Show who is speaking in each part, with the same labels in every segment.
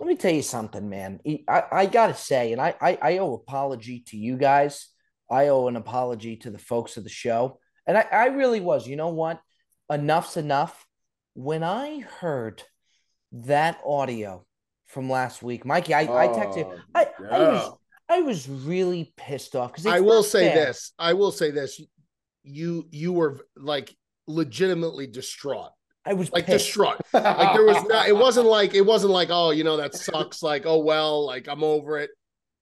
Speaker 1: let me tell you something, man. I, I gotta say, and I, I I owe apology to you guys. I owe an apology to the folks of the show. And I, I really was, you know what? Enough's enough. When I heard that audio from last week, Mikey, I, I texted
Speaker 2: Oh,
Speaker 1: I, I
Speaker 2: yeah.
Speaker 1: was I was really pissed off because
Speaker 3: I will say this. I will say this. You you were like legitimately distraught.
Speaker 1: I was
Speaker 3: Like
Speaker 1: pissed.
Speaker 3: distraught. Like there was not it wasn't like it wasn't like, oh, you know, that sucks. Like, oh well, like I'm over it.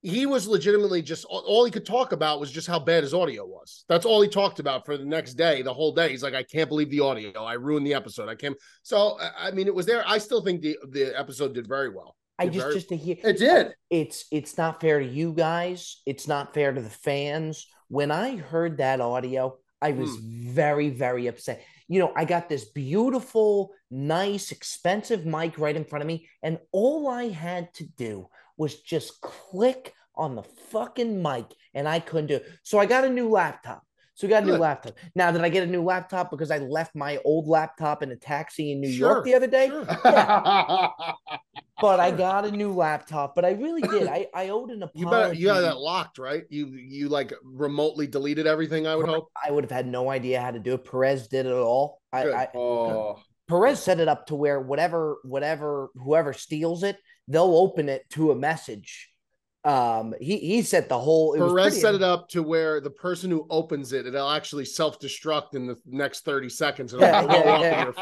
Speaker 3: He was legitimately just all- all he could talk about was just how bad his audio was. That's all he talked about for the next day, the whole day. He's like, I can't believe the audio. I ruined the episode. I can't. So I- I mean, it was there. I still think the the episode did very well.
Speaker 1: I
Speaker 3: You're
Speaker 1: just
Speaker 3: very-
Speaker 1: just to hear
Speaker 2: It did.
Speaker 1: it's it's not fair to you guys. It's not fair to the fans. When I heard that audio, I was
Speaker 3: Hmm.
Speaker 1: very very upset. You know, I got this beautiful, nice, expensive mic right in front of me, and all I had to do was just click on the fucking mic, and I couldn't do. It. So I got a new laptop. So I got a new
Speaker 3: Good.
Speaker 1: laptop. Now did I get a new laptop because I left my old laptop in a taxi in New
Speaker 3: Sure,
Speaker 1: York the other day?
Speaker 3: Sure.
Speaker 1: But I got a new laptop. But I really did. I I owed an apology.
Speaker 3: You better you had that locked, right? You you like remotely deleted everything, I would hope.
Speaker 1: I would have had no idea how to do it. Perez did it all. I,
Speaker 3: Good.
Speaker 1: I
Speaker 2: Oh,
Speaker 1: Perez set it up to where whatever, whatever, whoever steals it, they'll open it to a message. Um, he he set the whole. It
Speaker 3: Perez set it up to where the person who opens it, it'll actually self-destruct in the next 30 seconds and it'll
Speaker 1: Yeah,
Speaker 3: blow
Speaker 1: yeah,
Speaker 3: up
Speaker 1: yeah.
Speaker 3: in your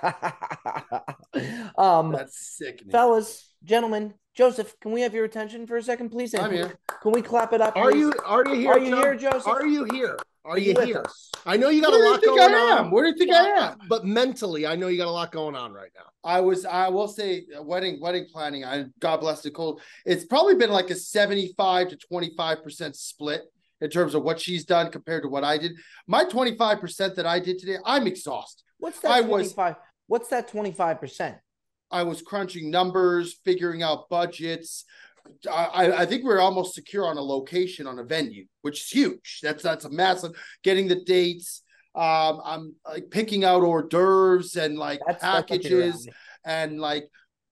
Speaker 3: face.
Speaker 1: up. um,
Speaker 2: that's sickening.
Speaker 1: fellas, gentlemen, Joseph, can we have your attention for a second, please? And
Speaker 3: I'm here.
Speaker 1: Can we clap it up?
Speaker 3: Are
Speaker 1: please?
Speaker 3: you are you here?
Speaker 1: Are you
Speaker 3: Joe?
Speaker 1: here, Joseph?
Speaker 3: Are you here? Are
Speaker 1: you
Speaker 3: you
Speaker 1: with
Speaker 3: here?
Speaker 1: us?
Speaker 3: I know you got
Speaker 2: Where
Speaker 3: a
Speaker 2: do you
Speaker 3: lot
Speaker 2: think
Speaker 3: going
Speaker 2: I am?
Speaker 3: on.
Speaker 2: Where do you think I am?
Speaker 3: But mentally, I know you got a lot going on right now.
Speaker 2: I was I will say uh, wedding wedding planning. I God bless Nicole. It's probably been like a 75 to 25% split in terms of what she's done compared to what I did. My 25% that I did today, I'm exhausted.
Speaker 1: What's that?
Speaker 2: I was-
Speaker 1: 25, What's that? Twenty five percent.
Speaker 2: I was crunching numbers, figuring out budgets. I, I- I think we're almost secure on a location on a venue, which is huge. That's that's a massive getting the dates. Um, I'm like picking out hors d'oeuvres and like
Speaker 1: That's that's up your
Speaker 2: packages.
Speaker 1: alley.
Speaker 2: and like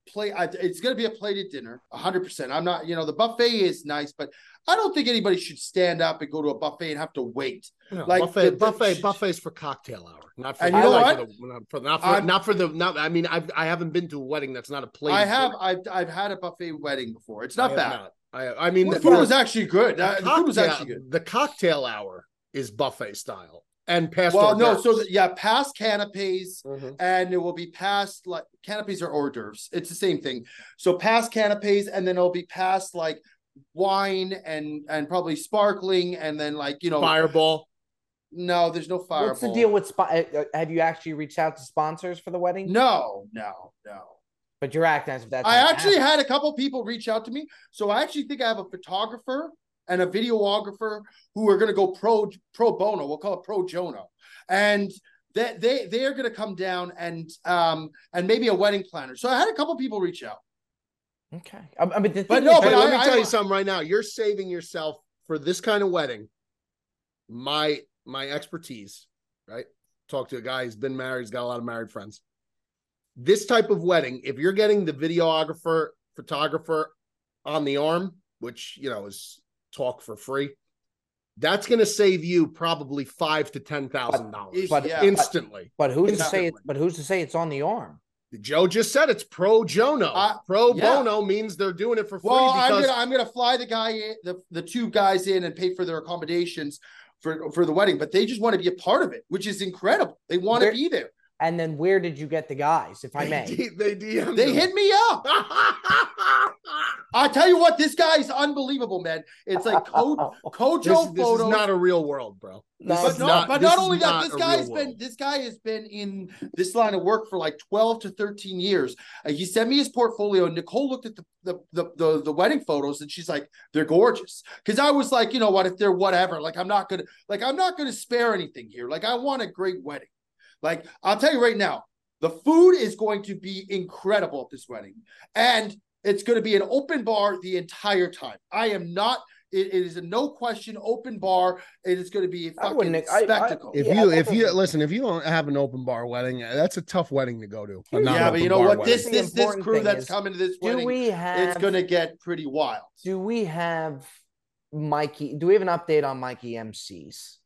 Speaker 2: play I, it's going to be a plated dinner 100% i'm not you know the buffet is nice but i don't think anybody should stand up and go to a buffet and have to wait Like
Speaker 3: like buffet,
Speaker 2: the- the-
Speaker 3: buffets, buffets for cocktail hour, not for
Speaker 2: And you know
Speaker 3: not
Speaker 2: what?
Speaker 3: for the- not for not for,
Speaker 2: I'm-
Speaker 3: not for the not. I mean, I've, I haven't been to a wedding that's not a place.
Speaker 2: i have I've, I've had a buffet wedding before it's not bad
Speaker 3: I, I mean,
Speaker 2: the
Speaker 3: the-
Speaker 2: food was actually good
Speaker 3: the
Speaker 2: Uh, the food was
Speaker 3: cocktail-
Speaker 2: actually good
Speaker 3: The cocktail hour is buffet style and past.
Speaker 2: well no so yeah past canapes
Speaker 3: Mhm.
Speaker 2: and it will be past like canapes or hors d'oeuvres. It's the same thing. So past canapes, and then it'll be past like wine and and probably sparkling, and then like you know,
Speaker 3: fireball.
Speaker 2: no, there's no fireball.
Speaker 1: What's the deal with spo- uh, uh, Have you actually reached out to sponsors for the wedding?
Speaker 2: No, no, no.
Speaker 1: But you're acting as if that's.
Speaker 2: I
Speaker 1: not
Speaker 2: actually
Speaker 1: happening.
Speaker 2: had a couple people reach out to me. So I actually think I have a photographer and a videographer who are going to go pro pro bono. We'll call it pro Jono. And that they they are going to come down and um and maybe a wedding planner. So I had a couple people reach out.
Speaker 1: Okay. I, I mean, the
Speaker 2: But
Speaker 1: thing
Speaker 2: no,
Speaker 1: is-
Speaker 3: Hey,
Speaker 2: Oh, but
Speaker 3: let
Speaker 2: I-
Speaker 3: me tell
Speaker 2: I-
Speaker 3: you something right now. You're saving yourself for this kind of wedding. My my expertise, right? Talk to a guy who's been married, he's got a lot of married friends. This type of wedding, if you're getting the videographer, photographer on the arm, which you know is talk for free, that's gonna save you probably five to ten thousand dollars
Speaker 1: But-
Speaker 2: yeah.
Speaker 3: instantly.
Speaker 1: but who's to
Speaker 2: It's-
Speaker 1: say? It, but who's to say it's on the arm?
Speaker 3: Joe just said it's pro Jono.
Speaker 2: I-
Speaker 3: pro
Speaker 2: Uh, yeah.
Speaker 3: bono means they're doing it for free
Speaker 2: well, I'm
Speaker 3: because
Speaker 2: gonna I'm gonna fly the guy in, the the two guys in and pay for their accommodations for for the wedding. But they just want to be a part of it, which is incredible. They want to
Speaker 1: They're-
Speaker 2: be there.
Speaker 1: And then where did you get the guys, if I may?
Speaker 3: They, they DM'd
Speaker 2: They
Speaker 3: him.
Speaker 2: hit me up. I tell you what, this guy is unbelievable, man. It's like
Speaker 1: Oh,
Speaker 2: code Kojo
Speaker 3: this, this
Speaker 2: photos.
Speaker 3: is not a real world, bro.
Speaker 1: No,
Speaker 3: This
Speaker 2: but
Speaker 3: is
Speaker 2: no,
Speaker 3: not-
Speaker 2: but
Speaker 3: this
Speaker 2: not
Speaker 3: is
Speaker 2: only
Speaker 3: not
Speaker 2: that, this
Speaker 3: a
Speaker 2: guy
Speaker 3: real
Speaker 2: has been
Speaker 3: world.
Speaker 2: this guy has been in this line of work for like 12 to 13 years. Uh, he sent me his portfolio. and Nicole looked at the the, the the the wedding photos and she's like, they're gorgeous. Cause I was like, you know what, if they're whatever, like I'm not gonna like I'm not gonna spare anything here. Like I want a great wedding. Like I'll tell you right now, the food is going to be incredible at this wedding. And it's going to be an open bar the entire time. I am not It, it is a no question open bar. It is going to be a
Speaker 1: I
Speaker 2: fucking
Speaker 1: wouldn't- I- I-
Speaker 2: spectacle.
Speaker 3: If
Speaker 1: Yeah,
Speaker 3: you
Speaker 1: that
Speaker 3: if you
Speaker 1: doesn't-
Speaker 3: listen, if you don't have an open bar wedding, uh, that's a tough wedding to go to. a
Speaker 1: Yeah,
Speaker 2: yeah, but
Speaker 3: non-open
Speaker 2: you know
Speaker 3: bar
Speaker 2: what?
Speaker 3: wedding.
Speaker 2: This
Speaker 1: The
Speaker 2: this this
Speaker 1: important
Speaker 2: crew
Speaker 1: thing
Speaker 2: that's
Speaker 1: is,
Speaker 2: coming to this
Speaker 1: Do
Speaker 2: wedding,
Speaker 1: we have?
Speaker 2: it's going to get pretty wild.
Speaker 1: Do we have Mikey? Do we have an update on Mikey MCs?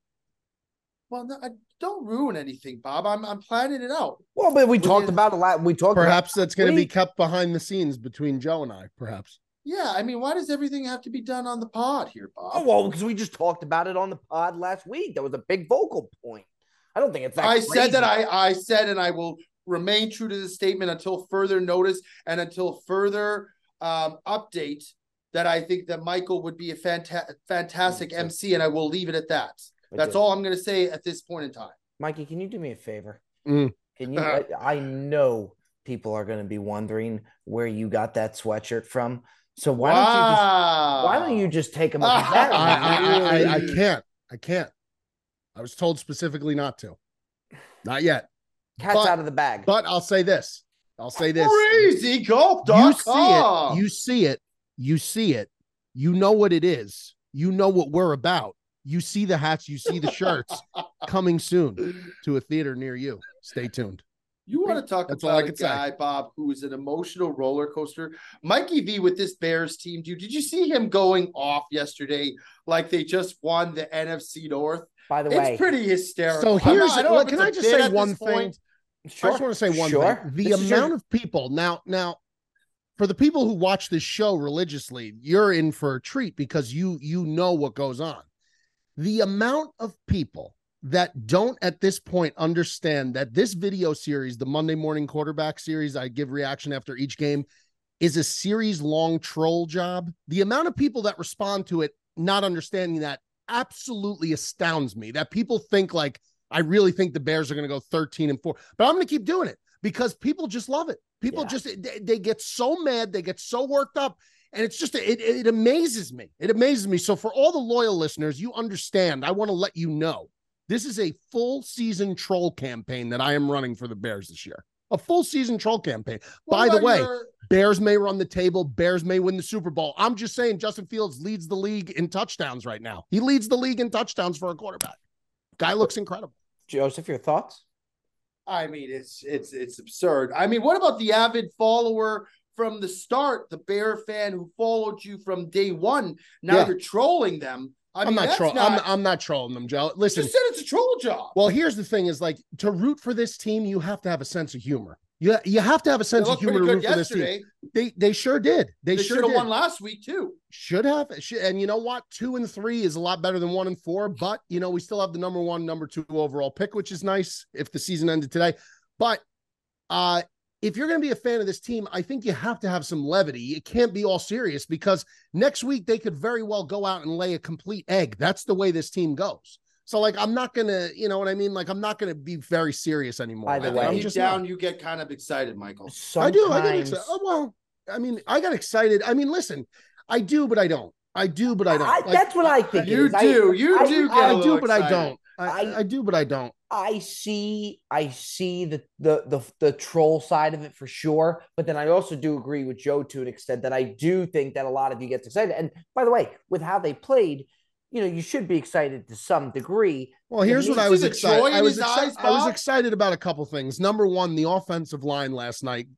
Speaker 2: Well, no, I, don't ruin anything, Bob. I'm I'm planning it out.
Speaker 1: Well, but we
Speaker 2: We
Speaker 1: talked
Speaker 2: did-
Speaker 1: about a lot. We talked about
Speaker 3: perhaps that's going to be
Speaker 1: we-
Speaker 3: kept behind the scenes between Joe and I. Perhaps
Speaker 2: Yeah, I mean, why does everything have to be done on the pod here, Bob?
Speaker 1: Oh well, because we just talked about it on the pod last week. That was a big vocal point. I don't think it's. That
Speaker 2: I said that
Speaker 1: crazy.
Speaker 2: I I said and I will remain true to this statement until further notice and until further um, update that I think that Michael would be a fanta- fantastic
Speaker 1: Okay.
Speaker 2: MC and I will leave it at that.
Speaker 1: I
Speaker 2: That's
Speaker 1: did.
Speaker 2: all I'm going to say at this point in time.
Speaker 1: Mikey, can you do me a favor?
Speaker 3: Mm.
Speaker 1: Can you? I, I know people are going to be wondering where you got that sweatshirt from. So why don't you just?
Speaker 2: wow.
Speaker 1: Why don't you just take them up? That
Speaker 3: I, I, I, I, I
Speaker 1: really-
Speaker 3: can't. I can't. I was told specifically not to. Not yet.
Speaker 1: Cat's
Speaker 3: but-
Speaker 1: out of the bag.
Speaker 3: But I'll say this. I'll say this. You see it.
Speaker 2: Crazygolf.com.
Speaker 3: You see it. You see it. You know what it is. You know what we're about. You see the hats. You see the shirts coming soon to a theater near you. Stay tuned.
Speaker 2: You want to talk
Speaker 3: That's all I
Speaker 2: about a
Speaker 3: can say.
Speaker 2: guy, Bob, who is an emotional roller coaster. Mikey V with this Bears team, dude. Did you see him going off yesterday like they just won the NFC North?
Speaker 1: By the way,
Speaker 2: It's pretty hysterical.
Speaker 3: So
Speaker 2: I'm not-
Speaker 3: here's.
Speaker 2: don't know if
Speaker 3: can
Speaker 2: it's
Speaker 3: I
Speaker 2: a
Speaker 3: just
Speaker 2: bit
Speaker 3: say
Speaker 2: at
Speaker 3: one
Speaker 2: this
Speaker 3: thing?
Speaker 2: point.
Speaker 1: sure.
Speaker 3: I just want to say one
Speaker 1: sure.
Speaker 3: thing. The
Speaker 1: This is your-
Speaker 3: amount of people now, now, for the people who watch this show religiously, you're in for a treat because you you know what goes on. The amount of people that don't at this point understand that this video series, the Monday Morning Quarterback series, I give reaction after each game, is a series long troll job. The amount of people that respond to it not understanding that absolutely astounds me. That people think like I really think the Bears are going to go 13 and 4. But I'm going to keep doing it because people just love it. People
Speaker 1: Yeah.
Speaker 3: just they, they get so mad, they get so worked up and it's just it, it it amazes me. It amazes me. So for all the loyal listeners, you understand. I want to let you know. This is a full season troll campaign that I am running for the Bears this year. A full season troll campaign.
Speaker 2: What
Speaker 3: By the
Speaker 2: about
Speaker 3: way,
Speaker 2: your-
Speaker 3: Bears may run the table. Bears may win the Super Bowl. I'm just saying, Justin Fields leads the league in touchdowns right now. He leads the league in touchdowns for a quarterback. Guy looks incredible.
Speaker 1: Joseph, your thoughts?
Speaker 2: I mean, it's it's it's absurd. I mean, what about the avid follower from the start, the Bear fan who followed you from day one? Now
Speaker 3: Yeah.
Speaker 2: you're trolling them. I
Speaker 3: I
Speaker 2: mean,
Speaker 3: am not
Speaker 2: that's
Speaker 3: trolling.
Speaker 2: not.
Speaker 3: I'm, I'm not trolling them, Joe. Listen,
Speaker 2: just said it's a troll job.
Speaker 3: well, here's the thing: is like to root for this team, you have to have a sense of humor. You you have to have a
Speaker 2: They
Speaker 3: sense of
Speaker 2: looked
Speaker 3: humor
Speaker 2: pretty
Speaker 3: to root
Speaker 2: good
Speaker 3: for this team.
Speaker 2: yesterday.
Speaker 3: They they sure did. They,
Speaker 2: They,
Speaker 3: sure
Speaker 2: should have
Speaker 3: did.
Speaker 2: won last week too.
Speaker 3: should have Sh- and you know what two and three is a lot better than one and four but you know we still have the number one number two overall pick which is nice if the season ended today but uh if you're going to be a fan of this team i think you have to have some levity it can't be all serious because next week they could very well go out and lay a complete egg that's the way this team goes so like i'm not gonna you know what i mean like i'm not gonna be very serious anymore
Speaker 1: By
Speaker 2: I
Speaker 1: the
Speaker 2: think
Speaker 1: way-
Speaker 3: i'm
Speaker 2: deep
Speaker 3: just
Speaker 2: down, you get kind of excited, Michael.
Speaker 3: I
Speaker 1: Sometimes
Speaker 3: do. I get excited. Oh, well, I mean, I got excited. I mean, listen, I do, but I don't. I do, but I don't.
Speaker 1: I-
Speaker 3: Like,
Speaker 1: that's what I think. it
Speaker 2: You
Speaker 1: is. I-
Speaker 2: do, you
Speaker 1: I-
Speaker 2: do. Get
Speaker 3: I
Speaker 2: a
Speaker 3: do,
Speaker 2: little
Speaker 3: but I
Speaker 2: excited.
Speaker 3: don't. I,
Speaker 1: I-
Speaker 3: I, do, but I don't.
Speaker 1: I see I see the, the the the troll side of it for sure, but then I also do agree with Joe to an extent that I do think that a lot of you gets excited. And by the way, with how they played, you know, you should be excited to some degree.
Speaker 3: Well, here's
Speaker 1: you
Speaker 3: what I
Speaker 2: see
Speaker 3: was
Speaker 2: the
Speaker 3: excited.
Speaker 2: joy in
Speaker 3: I was
Speaker 2: his
Speaker 3: excited.
Speaker 2: eyes,
Speaker 3: I was
Speaker 2: Bob?
Speaker 3: excited about a couple things. Number one, the offensive line last night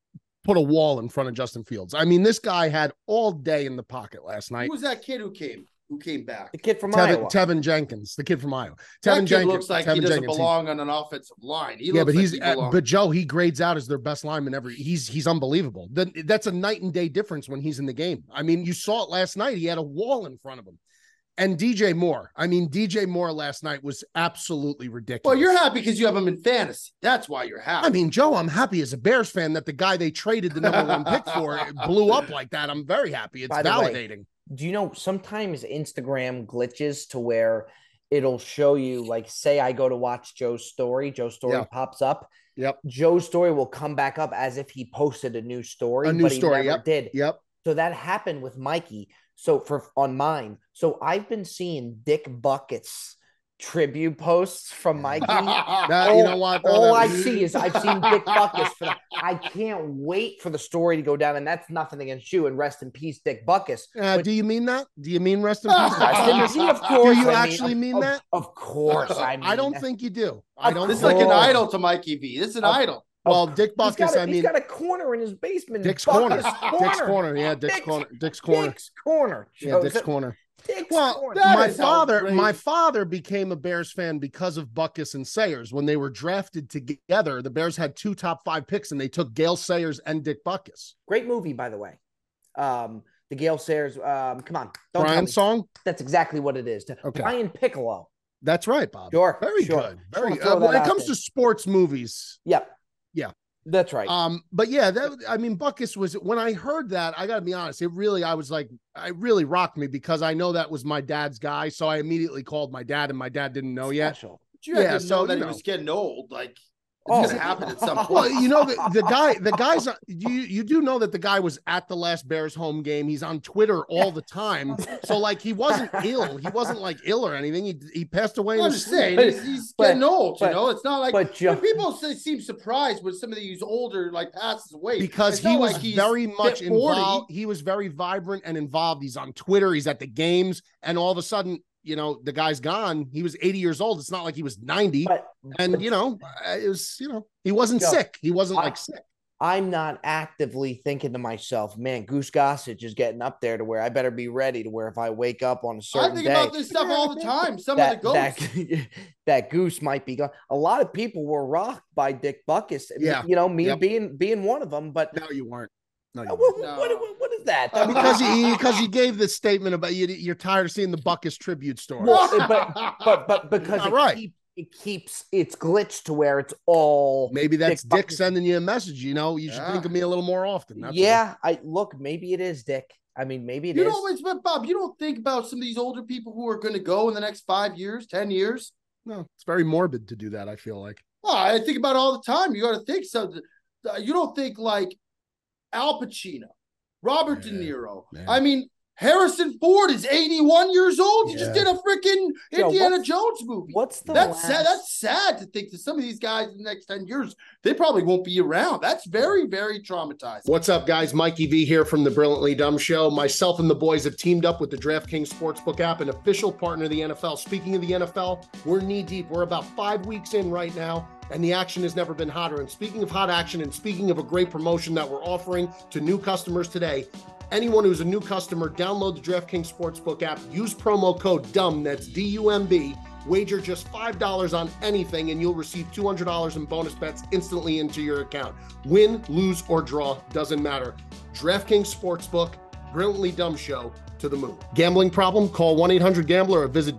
Speaker 3: put a wall in front of Justin Fields. I mean, this guy had all day in the pocket last night.
Speaker 2: Who was that kid who came? Who came back?
Speaker 1: The kid from Iowa.
Speaker 3: Tevin, Tevin Jenkins, the kid from Iowa.
Speaker 2: That
Speaker 3: Tevin
Speaker 2: kid
Speaker 3: Jenkins
Speaker 2: looks like
Speaker 3: Tevin
Speaker 2: he doesn't
Speaker 3: Jenkins,
Speaker 2: belong on an offensive line. He
Speaker 3: yeah,
Speaker 2: looks
Speaker 3: but
Speaker 2: like
Speaker 3: he's
Speaker 2: he
Speaker 3: uh,
Speaker 2: belongs-
Speaker 3: but Joe he grades out as their best lineman every. He's he's unbelievable. Then that's a night and day difference when he's in the game. I mean, you saw it last night. He had a wall in front of him, and DJ Moore. I mean, DJ Moore last night was absolutely ridiculous.
Speaker 2: well, you're happy because you have him in fantasy. That's why you're happy.
Speaker 3: I mean, Joe, I'm happy as a Bears fan that the guy they traded the number one pick for blew up like that. I'm very happy. It's
Speaker 1: By the way,
Speaker 3: validating.
Speaker 1: do you know sometimes Instagram glitches to where it'll show you like say I go to watch Joe's story, Joe's story
Speaker 3: Yeah.
Speaker 1: pops up.
Speaker 3: Yep.
Speaker 1: Joe's story will come back up as if he posted a new story,
Speaker 3: A new
Speaker 1: but he
Speaker 3: story,
Speaker 1: never
Speaker 3: yep,
Speaker 1: did.
Speaker 3: Yep.
Speaker 1: So that happened with Mikey. So for on mine. So I've been seeing Dick buckets tribute posts from Mikey.
Speaker 3: That- you know what? though?
Speaker 1: All
Speaker 3: That
Speaker 1: Oh, I
Speaker 3: was-
Speaker 1: see is I've seen Dick Buckus for that. I can't wait for the story to go down, and that's nothing against you. And rest in peace, Dick Buckus.
Speaker 3: Uh,
Speaker 1: but-
Speaker 3: do you mean that? Do you mean rest in peace?
Speaker 1: Rest in peace, of course.
Speaker 3: Do you
Speaker 1: I
Speaker 3: actually mean
Speaker 1: of-
Speaker 3: that?
Speaker 1: Of course, I mean.
Speaker 3: I don't
Speaker 1: that.
Speaker 3: think you do. I
Speaker 1: Of
Speaker 3: don't. Oh.
Speaker 2: This is
Speaker 3: think-
Speaker 2: like an
Speaker 1: course.
Speaker 2: idol to Mikey V. This is an
Speaker 1: Of-
Speaker 2: idol.
Speaker 3: well, Dick
Speaker 1: He's got
Speaker 3: Buckus.
Speaker 1: a-
Speaker 3: I
Speaker 1: he's
Speaker 3: mean,
Speaker 1: got a corner in his basement.
Speaker 3: Dick's
Speaker 1: Buckus
Speaker 3: corner. Dick's corner. Yeah, Dick's
Speaker 1: Dick's-
Speaker 3: corner. Dick's corner.
Speaker 1: Dick's corner.
Speaker 3: Yeah,
Speaker 1: Joseph.
Speaker 3: Dick's corner.
Speaker 1: Dick's
Speaker 3: Well,
Speaker 1: corner.
Speaker 2: that
Speaker 3: my
Speaker 2: is
Speaker 3: father, my
Speaker 2: outrageous.
Speaker 3: father became a Bears fan because of Buckus and Sayers. When they were drafted together, the Bears had two top five picks, and they took Gail Sayers and Dick Buckus.
Speaker 1: Great movie, by the way. Um, the Gail Sayers. Um, come on, don't tell
Speaker 3: Brian
Speaker 1: me.
Speaker 3: song.
Speaker 1: That's exactly what it is.
Speaker 3: Okay.
Speaker 1: Brian Piccolo.
Speaker 3: That's right, Bob.
Speaker 1: Sure.
Speaker 3: Very
Speaker 1: sure. Just
Speaker 3: good.
Speaker 1: wanna
Speaker 3: Very.
Speaker 1: throw
Speaker 3: Uh, when
Speaker 1: that
Speaker 3: it
Speaker 1: out
Speaker 3: comes
Speaker 1: there.
Speaker 3: to sports movies,
Speaker 1: Yep.
Speaker 3: Yeah.
Speaker 1: That's right.
Speaker 3: um, but yeah, that I mean, Buckus was when I heard that. I got to be honest. It really, I was like, I really rocked me because I know that was my dad's guy. So I immediately called my dad, and my dad didn't know yet.
Speaker 1: Special.
Speaker 2: But you had
Speaker 3: yeah,
Speaker 2: to know
Speaker 3: so,
Speaker 2: that
Speaker 3: you
Speaker 2: he was
Speaker 3: know.
Speaker 2: getting old. Like it's
Speaker 1: Oh.
Speaker 2: gonna happen at some point.
Speaker 3: Well, you know the, the guy, the guy's uh, you you do know that the guy was at the last Bears home game. He's on Twitter all the time. So like he wasn't ill. He wasn't like ill or anything. He he passed away.
Speaker 2: I
Speaker 3: in his
Speaker 2: understand.
Speaker 1: But-
Speaker 2: he's he's
Speaker 1: but-
Speaker 2: getting old.
Speaker 1: but-
Speaker 2: you know, it's not like
Speaker 1: but Joe,
Speaker 2: when people say, seem surprised when somebody who's older like passes away
Speaker 3: because
Speaker 2: It's
Speaker 3: he
Speaker 2: not
Speaker 3: was
Speaker 2: like he's
Speaker 3: very much
Speaker 2: 40.
Speaker 3: involved. He was very vibrant and involved. He's on Twitter. He's at the games, and all of a sudden, you know, the guy's gone. He was 80 years old. It's not like he was 90.
Speaker 1: but,
Speaker 3: and
Speaker 1: but
Speaker 3: you know, uh, it was you know, he wasn't
Speaker 1: Joe,
Speaker 3: sick. He wasn't
Speaker 1: I-
Speaker 3: like sick.
Speaker 1: I'm not actively thinking to myself, man, Goose Gossage is getting up there to where I better be ready to where if I wake up on a
Speaker 2: I
Speaker 1: certain
Speaker 2: think
Speaker 1: day,
Speaker 2: about this stuff all the time. Some
Speaker 1: that,
Speaker 2: of the ghosts.
Speaker 1: that that goose might be gone. A lot of people were rocked by Dick Buckus. m-
Speaker 3: Yeah.
Speaker 1: you know me
Speaker 3: Yep.
Speaker 1: being being one of them. But
Speaker 3: No, you weren't. No, you
Speaker 1: Uh,
Speaker 3: weren't.
Speaker 1: what, what-
Speaker 2: No.
Speaker 1: what- what is that?
Speaker 2: Uh,
Speaker 1: I mean,
Speaker 3: because he because he gave this statement about you. You're tired of seeing the Buckus tribute story.
Speaker 1: Well, but- but but because
Speaker 3: not
Speaker 1: it,
Speaker 3: right.
Speaker 1: keep, it keeps its glitch to where it's all.
Speaker 3: Maybe that's
Speaker 1: Dick
Speaker 3: Dick
Speaker 1: Buckus-
Speaker 3: sending you a message. You know, you should
Speaker 2: Yeah.
Speaker 3: think of me a little more often. That's all.
Speaker 1: yeah, I look. Maybe it is Dick. I mean, maybe it is.
Speaker 2: you know, it's but Bob, you don't think about some of these older people who are going to go in the next five years, ten years.
Speaker 3: No, it's very morbid to do that. I feel like.
Speaker 2: Well, I think about it all the time. You got to think so. uh, You don't think like Al Pacino, Robert De
Speaker 3: Yeah,
Speaker 2: Niro.
Speaker 3: yeah.
Speaker 2: I mean, Harrison Ford is eighty-one years old. He just
Speaker 3: Yeah.
Speaker 2: did a freaking
Speaker 1: Yo,
Speaker 2: Indiana
Speaker 1: what's-
Speaker 2: Jones movie.
Speaker 1: What's the
Speaker 2: that's
Speaker 1: last?
Speaker 2: sad. That's sad to think that some of these guys in the next ten years they probably won't be around. That's very, very traumatizing.
Speaker 3: What's up, guys? Mikey V here from the Brilliantly Dumb Show. Myself and the boys have teamed up with the DraftKings Sportsbook app, an official partner of the NFL. Speaking of the NFL, we're knee deep. We're about five weeks in right now, and the action has never been hotter. And speaking of hot action, and speaking of a great promotion that we're offering to new customers today, anyone who's a new customer, download the DraftKings Sportsbook app, use promo code DUMB, that's D U M B. Wager just $5 on anything, and you'll receive $200 in bonus bets instantly into your account. Win, lose, or draw, doesn't matter. DraftKings Sportsbook, brilliantly dumb show to the moon. Gambling problem? Call 1 800 Gambler or visit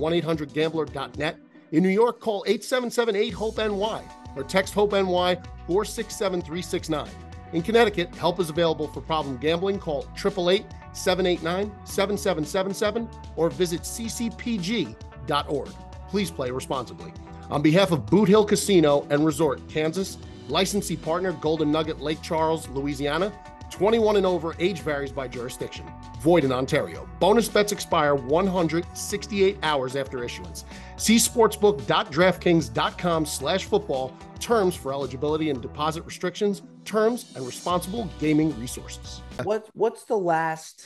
Speaker 3: www.1800Gambler.net. In New York, call 877 8 HOPE NY E or text HOPE NY 467 369. In Connecticut, help is available for problem gambling. Call 888 789 7777 or visit ccpg.org. Please play responsibly. On behalf of Boot Hill Casino and Resort, Kansas, licensee partner Golden Nugget Lake Charles, Louisiana, 21 and over, age varies by jurisdiction. Void in Ontario. Bonus bets expire 168 hours after issuance. See sportsbook.draftkings.com slash football. Terms for eligibility and deposit restrictions, terms and responsible gaming resources.
Speaker 1: What What's the last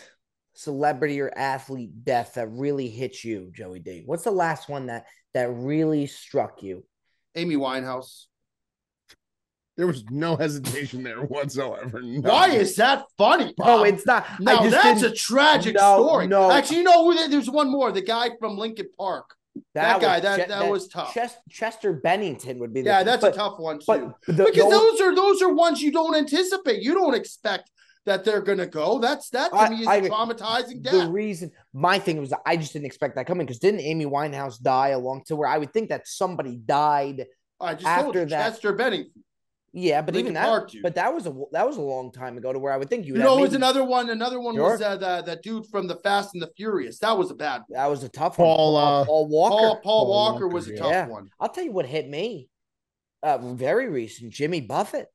Speaker 1: celebrity or athlete death that really hit you, Joey D? What's the last one that that really struck you?
Speaker 2: Amy Winehouse.
Speaker 3: There was no hesitation there whatsoever. No.
Speaker 2: Why is that funny?
Speaker 1: No,
Speaker 2: Bob?
Speaker 1: it's not. I
Speaker 2: Now
Speaker 1: just
Speaker 2: Um, that's
Speaker 1: didn't-
Speaker 2: a tragic
Speaker 1: No,
Speaker 2: story.
Speaker 1: no.
Speaker 2: Actually, you know who? that- There's one more. The guy from Lincoln Park. that guy, that-
Speaker 1: Che-
Speaker 2: that was tough.
Speaker 1: Ches- Chester Bennington would be. the-
Speaker 2: Yeah, that's
Speaker 1: but,
Speaker 2: a tough one too.
Speaker 1: But the,
Speaker 2: because
Speaker 1: the-
Speaker 2: those are those are ones you don't anticipate. You don't expect that they're gonna go. That's that to
Speaker 1: I-
Speaker 2: me is
Speaker 1: I-
Speaker 2: a traumatizing
Speaker 1: the
Speaker 2: death.
Speaker 1: reason my thing was I just didn't expect that coming because didn't Amy Winehouse die along to where I would think that somebody died.
Speaker 2: I just told
Speaker 1: after
Speaker 2: you,
Speaker 1: that-
Speaker 2: Chester Bennington.
Speaker 1: Yeah, but
Speaker 2: Linkin
Speaker 1: even that.
Speaker 2: Park, dude.
Speaker 1: But that was a that was a long time ago to where I would think you.
Speaker 2: you
Speaker 1: would
Speaker 2: know,
Speaker 1: have
Speaker 2: it was
Speaker 1: maybe-
Speaker 2: another one. Another one was
Speaker 1: Sure.
Speaker 2: uh, that that dude from the Fast and the Furious. That was a bad one.
Speaker 1: That was a tough
Speaker 3: Paul,
Speaker 1: one.
Speaker 3: uh,
Speaker 1: Paul Walker.
Speaker 2: Paul Paul
Speaker 3: Paul
Speaker 2: Walker
Speaker 3: Walker,
Speaker 2: was a
Speaker 3: yeah.
Speaker 2: tough
Speaker 1: Yeah.
Speaker 2: one.
Speaker 1: I'll tell you what hit me. Uh, very recent, Jimmy Buffett.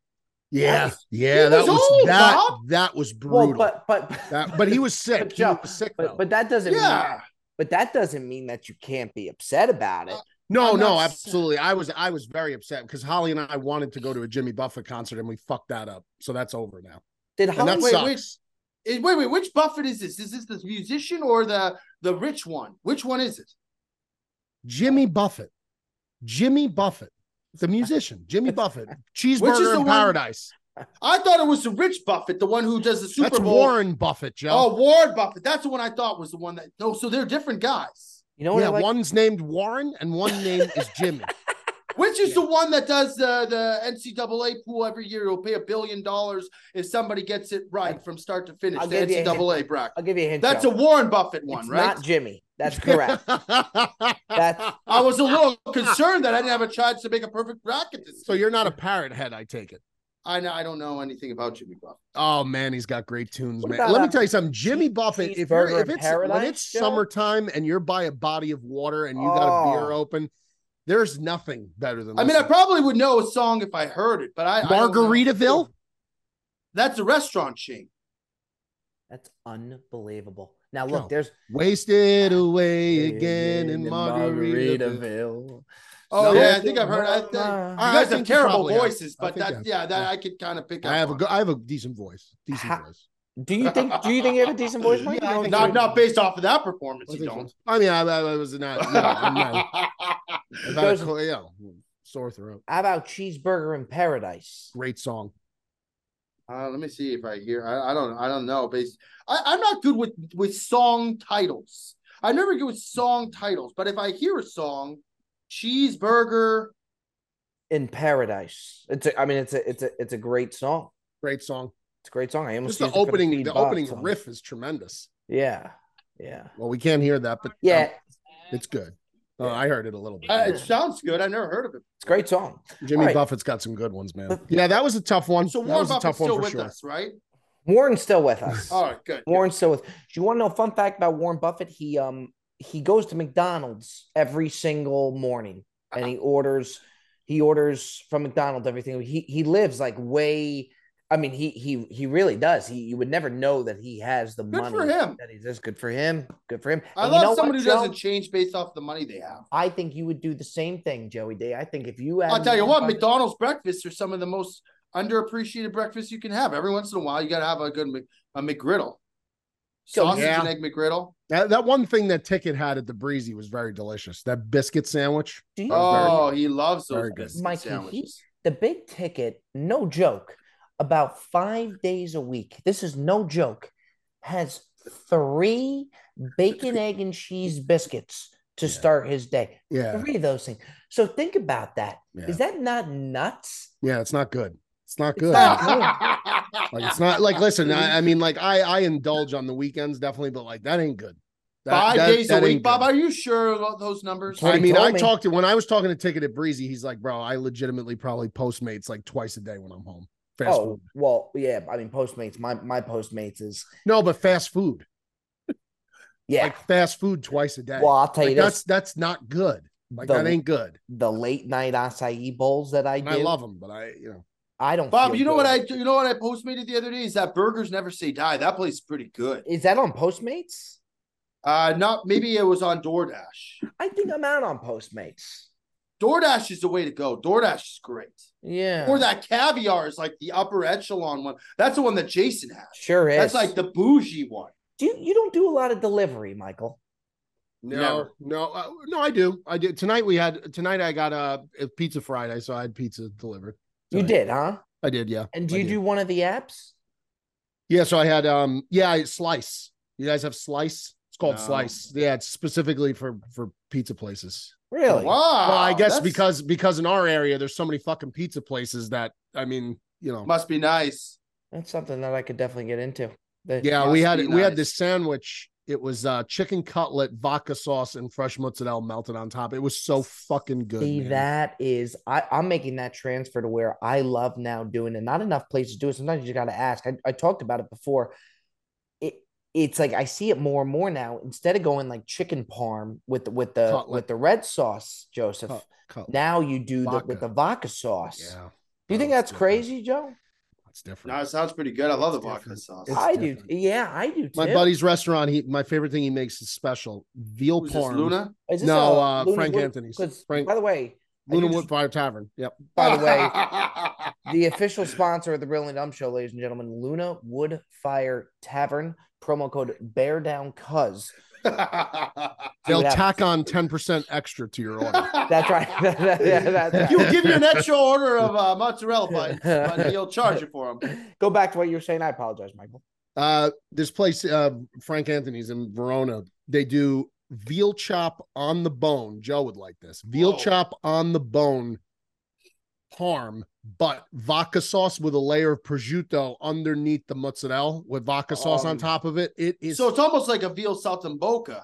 Speaker 3: Yeah,
Speaker 2: Yes.
Speaker 3: yeah,
Speaker 2: He
Speaker 3: that
Speaker 2: was
Speaker 3: was
Speaker 2: old,
Speaker 3: that.
Speaker 2: Bob.
Speaker 3: That was brutal.
Speaker 1: Well, but but
Speaker 3: that, but he was sick.
Speaker 1: But Joe,
Speaker 3: he was sick
Speaker 1: but,
Speaker 3: though.
Speaker 1: but that doesn't.
Speaker 2: Yeah,
Speaker 1: Mean, but that doesn't mean that you can't be upset about it.
Speaker 3: No,
Speaker 2: I'm
Speaker 3: no,
Speaker 2: not-
Speaker 3: absolutely. I was I was very upset because Holly and I wanted to go to a Jimmy Buffett concert and we fucked that up. So that's over now.
Speaker 1: Did
Speaker 3: And that
Speaker 1: Holly?
Speaker 2: Oh, wait,
Speaker 3: sucks.
Speaker 2: wait. Eh, Wait, wait, which Buffett is this? Is this the musician or the the rich one? Which one is it?
Speaker 3: Jimmy Buffett. Jimmy Buffett, the musician, Jimmy Buffett,
Speaker 2: the
Speaker 3: Cheeseburger in
Speaker 2: one-
Speaker 3: Paradise.
Speaker 2: I thought it was the rich Buffett, the one who does the Super
Speaker 3: That's
Speaker 2: Bowl.
Speaker 3: Warren Buffett, Joe.
Speaker 2: Oh, Warren Buffett. That's the one I thought was the one that. No, so they're different guys.
Speaker 1: You know what?
Speaker 3: yeah,
Speaker 1: I like?
Speaker 3: one's named Warren and one name is Jimmy.
Speaker 2: Which is the one that does the the NCAA pool every year? He'll pay a billion dollars if somebody gets it right from start to finish.
Speaker 1: I'll
Speaker 2: the
Speaker 1: give you a hint.
Speaker 2: NCAA bracket.
Speaker 1: I'll give you a hint.
Speaker 2: That's a
Speaker 1: Joe.
Speaker 2: Warren Buffett one,
Speaker 1: It's
Speaker 2: right?
Speaker 1: Not Jimmy. That's correct. That's-
Speaker 2: I was a little concerned that I didn't have a chance to make a perfect bracket. This
Speaker 3: so you're not a parrot head, I take it.
Speaker 2: I know I don't know anything about Jimmy Buffett.
Speaker 3: Oh man, he's got great tunes,
Speaker 1: What
Speaker 3: man.
Speaker 1: about,
Speaker 3: Let me
Speaker 1: um,
Speaker 3: tell you something, Jimmy Buffett. If, you're,
Speaker 1: Cheeseburger
Speaker 3: if
Speaker 1: in
Speaker 3: it's when
Speaker 1: Paradise,
Speaker 3: it's
Speaker 1: Joe?
Speaker 3: summertime and you're by a body of water and you got a beer
Speaker 1: Oh.
Speaker 3: open, there's nothing better than.
Speaker 2: I mean, I
Speaker 3: listening.
Speaker 2: probably would know a song if I heard it, but I I don't know.
Speaker 3: Margaritaville.
Speaker 2: That's a restaurant chain.
Speaker 1: That's unbelievable. Now
Speaker 3: Joe.
Speaker 1: look, there's
Speaker 3: Wasted away again in Margaritaville.
Speaker 2: Oh
Speaker 3: No.
Speaker 2: yeah, I think I've heard. I think
Speaker 1: Uh,
Speaker 2: I
Speaker 3: I
Speaker 2: guys have
Speaker 3: think you
Speaker 2: terrible
Speaker 3: probably have.
Speaker 2: voices,
Speaker 3: I
Speaker 2: but
Speaker 3: think
Speaker 2: that
Speaker 3: you
Speaker 2: yeah, that I could kind of pick up.
Speaker 3: I have a
Speaker 2: on.
Speaker 3: good, I have a decent voice. Decent
Speaker 1: Ha-
Speaker 3: voice.
Speaker 1: Do you think? Do you think you have a decent voice, Mike? You
Speaker 3: Yeah, I
Speaker 1: don't
Speaker 3: think
Speaker 1: think
Speaker 2: Not
Speaker 1: you-
Speaker 2: not based off of that performance,
Speaker 3: I,
Speaker 2: you
Speaker 3: think
Speaker 2: don't.
Speaker 3: so. I mean, I, I I was not. No, I'm not. I've had a
Speaker 1: Goes-
Speaker 3: cold- yeah, sore throat.
Speaker 1: How about cheeseburger in paradise?
Speaker 3: Great song.
Speaker 2: Uh, let me see if I hear. I, I don't. I don't know. Based, I, I'm not good with with song titles. I never get with song titles, but if I hear a song, cheeseburger.
Speaker 1: In paradise, it's. A, I mean, it's a. It's a. It's a great song.
Speaker 3: Great song.
Speaker 1: It's a great song. I almost
Speaker 3: Just the
Speaker 1: used it for
Speaker 3: opening. The,
Speaker 1: Steve Boggs
Speaker 3: opening
Speaker 1: song.
Speaker 3: riff is tremendous.
Speaker 1: Yeah, yeah,
Speaker 3: Well, we can't hear that, but um,
Speaker 1: yeah.
Speaker 3: it's good. Oh, I heard it a little bit.
Speaker 2: Uh, it sounds good. I've never heard of it.
Speaker 1: It's a great song.
Speaker 3: Jimmy
Speaker 1: all right.
Speaker 3: Buffett's got some good ones, man. Yeah, that was a tough one.
Speaker 2: So
Speaker 3: that
Speaker 2: Warren
Speaker 3: was a
Speaker 2: Buffett's
Speaker 3: tough one
Speaker 2: still
Speaker 3: for
Speaker 2: with
Speaker 3: sure.
Speaker 2: us, right?
Speaker 1: Warren's still with us.
Speaker 2: All right, good.
Speaker 1: Warren's still with. Do you want to know a fun fact about Warren Buffett? He um he goes to McDonald's every single morning and he orders he orders from McDonald's everything. He he lives like way. I mean, he he he really does. He you would never know that he has the
Speaker 2: Good
Speaker 1: money
Speaker 2: for him.
Speaker 1: that he does. Good for him. Good for him.
Speaker 2: I
Speaker 1: And you
Speaker 2: love
Speaker 1: know what,
Speaker 2: somebody who
Speaker 1: Joe?
Speaker 2: doesn't change based off the money they have.
Speaker 1: I think you would do the same thing, Joey D. I think if you had,
Speaker 2: I'll tell you what,
Speaker 1: Warren Buffett-
Speaker 2: McDonald's breakfasts are some of the most underappreciated breakfasts you can have. Every once in a while, you got to have a good Mc, a McGriddle, sausage
Speaker 3: Yeah.
Speaker 2: and egg McGriddle.
Speaker 3: That, that one thing that Ticket had at the Breezy was very delicious. That biscuit sandwich.
Speaker 1: Do you
Speaker 2: Oh, he loves those
Speaker 3: Very good.
Speaker 2: biscuit
Speaker 1: Mikey, he-
Speaker 2: sandwiches.
Speaker 1: the big ticket, no joke, about five days a week, this is no joke, has three bacon, egg, and cheese biscuits to
Speaker 3: Yeah.
Speaker 1: start his day.
Speaker 3: Yeah,
Speaker 1: Three of those things. So think about that. Is
Speaker 3: yeah,
Speaker 1: that not nuts?
Speaker 3: yeah. It's not good. It's not good.
Speaker 1: not-
Speaker 3: Like it's not like listen. I, I mean, like I I indulge on the weekends definitely, but like that ain't good. That-
Speaker 2: Five
Speaker 3: that-
Speaker 2: days
Speaker 3: that
Speaker 2: a
Speaker 3: ain't
Speaker 2: week,
Speaker 3: good.
Speaker 2: Bob. Are you sure about those numbers?
Speaker 1: what
Speaker 3: I
Speaker 1: he
Speaker 3: mean,
Speaker 1: told
Speaker 3: I
Speaker 1: me.
Speaker 3: talked to when I was talking to Ticket at Breezy. He's like, bro, I legitimately probably Postmates like twice a day when I'm home. Fast
Speaker 1: oh,
Speaker 3: food.
Speaker 1: well, yeah. I mean, Postmates, my, my Postmates is,
Speaker 3: No, but fast food,
Speaker 1: yeah.
Speaker 3: like fast food twice a day.
Speaker 1: well, I'll tell
Speaker 3: Like,
Speaker 1: you
Speaker 3: that's
Speaker 1: this
Speaker 3: that's not good. Like
Speaker 1: the,
Speaker 3: that ain't good.
Speaker 1: the late night acai bowls that I
Speaker 3: And
Speaker 1: do.
Speaker 3: I love them, but I you know
Speaker 1: I don't
Speaker 2: Bob,
Speaker 1: feel
Speaker 2: you know what
Speaker 1: good.
Speaker 2: I you know what I postmated the other day is that burgers never say die. That place is pretty good.
Speaker 1: is that on Postmates?
Speaker 2: Uh, not maybe it was on DoorDash.
Speaker 1: I think I'm out on Postmates.
Speaker 2: DoorDash is the way to go. DoorDash is great.
Speaker 1: Yeah.
Speaker 2: Or that caviar is like the upper echelon one. That's the one that Jason has.
Speaker 1: Sure is.
Speaker 2: That's like the bougie one.
Speaker 1: do you, you don't do a lot of delivery, Michael.
Speaker 3: no
Speaker 2: Never.
Speaker 3: no uh, no I do I do tonight we had tonight I got a, a pizza Friday so I had pizza delivered.
Speaker 1: You
Speaker 3: tonight.
Speaker 1: did, huh?
Speaker 3: I did yeah
Speaker 1: And do
Speaker 3: I
Speaker 1: you
Speaker 3: did.
Speaker 1: do one of the apps?
Speaker 3: yeah so I had um yeah I, slice you guys have slice it's called
Speaker 2: No.
Speaker 3: slice yeah it's specifically for for pizza places.
Speaker 1: Really?
Speaker 2: Wow.
Speaker 3: well I guess
Speaker 2: that's-
Speaker 3: because because in our area there's so many fucking pizza places that I mean you know
Speaker 2: must be nice.
Speaker 1: That's something that I could definitely get into. The-
Speaker 3: yeah we
Speaker 2: must
Speaker 3: had
Speaker 2: be
Speaker 3: we had
Speaker 2: nice.
Speaker 3: this sandwich it was uh chicken cutlet vodka sauce and fresh mozzarella melted on top it was so fucking good
Speaker 1: See,
Speaker 3: man.
Speaker 1: that is, I, I'm making that transfer to where I love now doing it. Not enough places do it. Sometimes you got to ask. I, I talked about it before. It it's like I see it more and more now. Instead of going like chicken parm with the with the
Speaker 3: Cutlet.
Speaker 1: with the red sauce, Joseph.
Speaker 3: Cut- cut.
Speaker 1: Now you do the,
Speaker 3: Vodka.
Speaker 1: with the vodka sauce.
Speaker 3: yeah
Speaker 1: Do you think
Speaker 3: Oh,
Speaker 1: that's
Speaker 3: yeah.
Speaker 1: crazy, Joe?
Speaker 3: It's different.
Speaker 2: No, it sounds pretty good. I love the
Speaker 3: It's
Speaker 2: vodka
Speaker 3: different.
Speaker 2: sauce.
Speaker 3: It's-
Speaker 1: I
Speaker 3: different.
Speaker 1: do. Yeah, I do. Too.
Speaker 3: My buddy's restaurant. He my favorite thing he makes is special veal
Speaker 2: Who's this,
Speaker 3: parm.
Speaker 2: Luna?
Speaker 1: Is this
Speaker 3: no,
Speaker 1: a
Speaker 3: uh,
Speaker 1: Looney
Speaker 3: Frank
Speaker 1: Wood-
Speaker 3: Anthony's.
Speaker 1: 'cause,
Speaker 3: Frank-
Speaker 1: By the way, I
Speaker 3: Luna
Speaker 1: do
Speaker 3: Wood Fire Tavern. Yep.
Speaker 1: by the way,
Speaker 2: way,
Speaker 1: the official sponsor of the Brilliant Dumb Show, ladies and gentlemen, Luna Wood Fire Tavern. Promo code Bear Down Cuz.
Speaker 3: They'll
Speaker 1: what
Speaker 3: tack on ten percent extra to your order.
Speaker 1: That's right. Yeah, that's right.
Speaker 2: You'll give you an extra order of uh, mozzarella bites, but you'll charge it for them.
Speaker 1: Go back to what you were saying. I apologize, Michael.
Speaker 3: Uh, this place, uh, Frank Anthony's in Verona, they do veal chop on the bone. Joe would like this veal
Speaker 2: Whoa.
Speaker 3: chop on the bone parm, but vodka sauce with a layer of prosciutto underneath the mozzarella with vodka sauce on
Speaker 2: Um,
Speaker 3: top of it. It is
Speaker 2: So it's almost like a veal saltimbocca.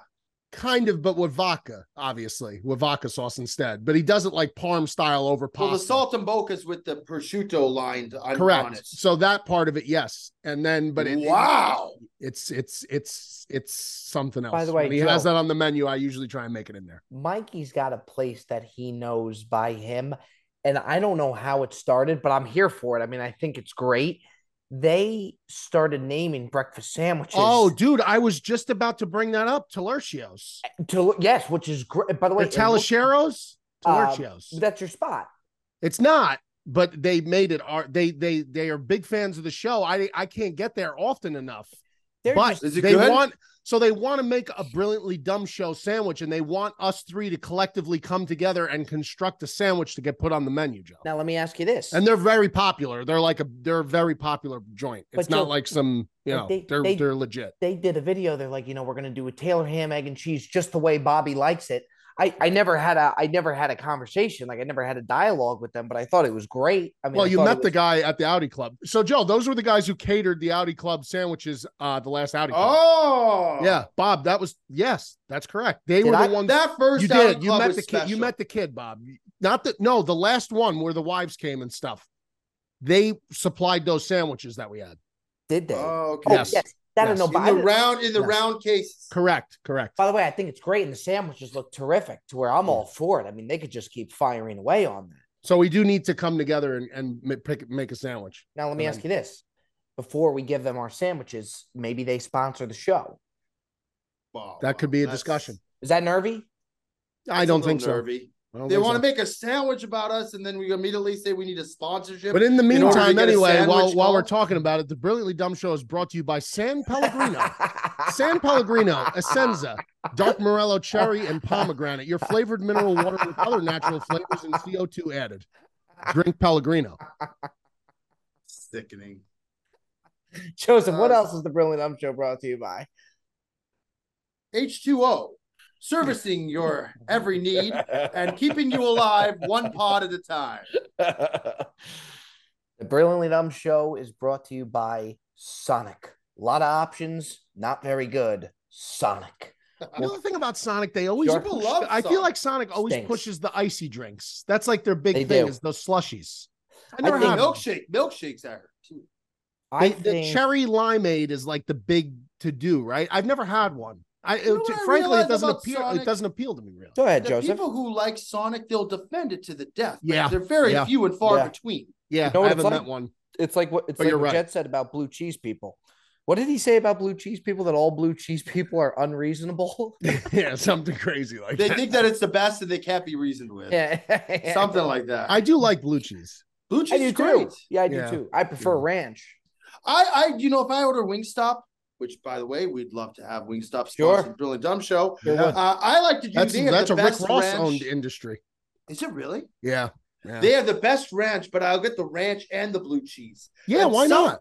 Speaker 3: kind of, but with vodka, obviously, with vodka sauce instead. But he does it like parm style over pasta.
Speaker 2: Well, the saltimbocca is with the prosciutto lined on,
Speaker 3: Correct.
Speaker 2: on it.
Speaker 3: So that part of it, yes, and then but it, it-
Speaker 2: wow,
Speaker 3: it's it's it's it's something else.
Speaker 1: By the way,
Speaker 3: when he
Speaker 1: Joe-
Speaker 3: has that on the menu. I usually try and make it in there.
Speaker 1: Mikey's got a place that he knows by him. And I don't know how it started, but I'm here for it. I mean, I think it's great. They started naming breakfast sandwiches.
Speaker 3: Oh, dude, I was just about to bring that up. Talercios,
Speaker 1: to yes, which is great. By the way,
Speaker 3: or
Speaker 1: Uh, and
Speaker 3: Talacheros,
Speaker 1: Uh,
Speaker 3: Talercios.
Speaker 1: look- that's your spot.
Speaker 3: it's not, but they made it. Are they? They they are big fans of the show. I I can't get there often enough.
Speaker 1: They're
Speaker 3: but
Speaker 1: just-
Speaker 2: Is it
Speaker 3: they
Speaker 2: good?
Speaker 3: want so they want to make a brilliantly dumb show sandwich, and they want us three to collectively come together and construct a sandwich to get put on the menu, Joe.
Speaker 1: now let me ask you this.
Speaker 3: And they're very popular. They're like a they're a very popular joint. It's
Speaker 1: But
Speaker 3: not
Speaker 1: Joe,
Speaker 3: like some you
Speaker 1: but
Speaker 3: know
Speaker 1: they-
Speaker 3: they, are
Speaker 1: they-
Speaker 3: they, are legit.
Speaker 1: they did a video. They're like, you know, we're gonna do a Taylor ham, egg, and cheese just the way Bobby likes it. I, I never had a I never had a conversation like I never had a dialogue with them, but I thought it was great. I mean,
Speaker 3: well,
Speaker 1: I
Speaker 3: you
Speaker 1: thought it
Speaker 3: met the
Speaker 1: was-
Speaker 3: guy at the Audi Club. So Joe, those were the guys who catered the Audi Club sandwiches. Uh, the last Audi. Club.
Speaker 2: oh,
Speaker 3: yeah, Bob. That was yes, that's correct. They
Speaker 1: Did
Speaker 3: were the
Speaker 1: I-
Speaker 3: ones
Speaker 2: That first
Speaker 3: you
Speaker 2: Audi
Speaker 3: did. You
Speaker 2: Club
Speaker 3: met
Speaker 2: was
Speaker 3: the kid. You
Speaker 2: special.
Speaker 3: met the kid, Bob. Not the no. The last one where the wives came and stuff. They supplied those sandwiches that we had.
Speaker 1: Did they?
Speaker 2: Oh,
Speaker 1: Oh,
Speaker 2: okay.
Speaker 3: Uh, Yes.
Speaker 1: That I
Speaker 3: Yes.
Speaker 1: don't know. But I
Speaker 2: In the
Speaker 1: didn't-
Speaker 2: round, in the
Speaker 1: Yes.
Speaker 2: round cases.
Speaker 3: Correct. Correct.
Speaker 1: By the way, I think it's great, and the sandwiches look terrific. To where I'm all for it. I mean, they could just keep firing away on that.
Speaker 3: So we do need to come together and and ma- pick, make a sandwich.
Speaker 1: Now, let me
Speaker 3: And
Speaker 1: ask you this: before we give them our sandwiches, maybe they sponsor the show.
Speaker 2: Wow,
Speaker 3: That could be a
Speaker 2: that's-
Speaker 3: discussion.
Speaker 1: Is that nervy?
Speaker 2: that's
Speaker 3: I
Speaker 2: a
Speaker 3: don't
Speaker 2: little
Speaker 3: think so.
Speaker 2: nervy.
Speaker 3: I don't
Speaker 2: They
Speaker 3: think
Speaker 2: want
Speaker 3: so.
Speaker 2: to make a sandwich about us, and then we immediately say we need a sponsorship.
Speaker 3: But in the
Speaker 2: order to
Speaker 3: meantime,
Speaker 2: get a
Speaker 3: anyway,
Speaker 2: sandwich
Speaker 3: while, while we're
Speaker 2: call?
Speaker 3: talking about it, the Brilliantly Dumb Show is brought to you by San Pellegrino. San Pellegrino, Essenza, Dark Morello Cherry, and Pomegranate. Your flavored mineral water with other natural flavors and CO2 added. Drink Pellegrino.
Speaker 2: Sickening.
Speaker 1: Joseph, what
Speaker 2: Uh,
Speaker 1: else is the Brilliant Ump Show brought to you by?
Speaker 2: H2O, servicing your every need and keeping you alive one pod at a time.
Speaker 1: the Brilliantly Dumb Show is brought to you by Sonic. A lot of options, not very good. Sonic.
Speaker 3: Well, the thing about Sonic, they always
Speaker 1: Sure.
Speaker 3: push-
Speaker 2: Love
Speaker 3: I feel
Speaker 2: Sonic.
Speaker 3: like Sonic always
Speaker 1: Stinks.
Speaker 3: pushes the icy drinks. That's like their big
Speaker 1: They
Speaker 3: thing
Speaker 1: do.
Speaker 3: is those slushies. I
Speaker 1: I
Speaker 3: never
Speaker 1: think
Speaker 3: have them.
Speaker 2: Milkshake, milkshakes are.
Speaker 1: I
Speaker 3: They- the cherry limeade is like the big to do, right? I've never had one. I,
Speaker 2: You know
Speaker 3: it-
Speaker 2: what I
Speaker 3: frankly, it
Speaker 2: realized
Speaker 3: doesn't
Speaker 2: about
Speaker 3: appeal. It
Speaker 2: Sonic?
Speaker 3: doesn't appeal to me really.
Speaker 1: Go ahead,
Speaker 2: The
Speaker 1: Joseph.
Speaker 2: people who like Sonic, they'll defend it to the death. but
Speaker 3: Yeah,
Speaker 2: They're very
Speaker 3: yeah,
Speaker 2: few and far
Speaker 1: yeah.
Speaker 2: between.
Speaker 3: Yeah,
Speaker 1: You know
Speaker 3: I
Speaker 1: what it's
Speaker 3: haven't
Speaker 1: like?
Speaker 3: met one.
Speaker 1: It's like what it's
Speaker 3: But
Speaker 1: like
Speaker 3: you're
Speaker 1: what
Speaker 3: right.
Speaker 1: Jed said about blue cheese people. What did he say about blue cheese people? That all blue cheese people are unreasonable.
Speaker 3: yeah, something crazy like
Speaker 2: They
Speaker 3: that.
Speaker 2: think that it's the best and they can't be reasoned with.
Speaker 1: yeah,
Speaker 2: Something like that.
Speaker 3: I do like blue cheese.
Speaker 2: Blue
Speaker 1: I
Speaker 2: cheese
Speaker 1: do
Speaker 2: is
Speaker 1: too.
Speaker 2: great.
Speaker 1: Yeah, I do
Speaker 3: Yeah.
Speaker 1: too. I prefer
Speaker 3: Yeah.
Speaker 1: ranch.
Speaker 2: I, I, you know, if I order Wingstop, which by the way, we'd love to have Wingstop
Speaker 1: Sure.
Speaker 2: sponsor the Drill and Dumb Show.
Speaker 1: Sure
Speaker 3: Yeah.
Speaker 1: would.
Speaker 2: Uh, I like to do.
Speaker 3: That's
Speaker 2: they have
Speaker 3: that's
Speaker 2: the
Speaker 3: a Rick
Speaker 2: best
Speaker 3: Ross
Speaker 2: ranch.
Speaker 3: owned industry.
Speaker 2: Is it really?
Speaker 3: Yeah. Yeah.
Speaker 2: They have the best ranch, but I'll get the ranch and the blue cheese.
Speaker 3: yeah,
Speaker 2: and
Speaker 3: why
Speaker 2: some-
Speaker 3: not?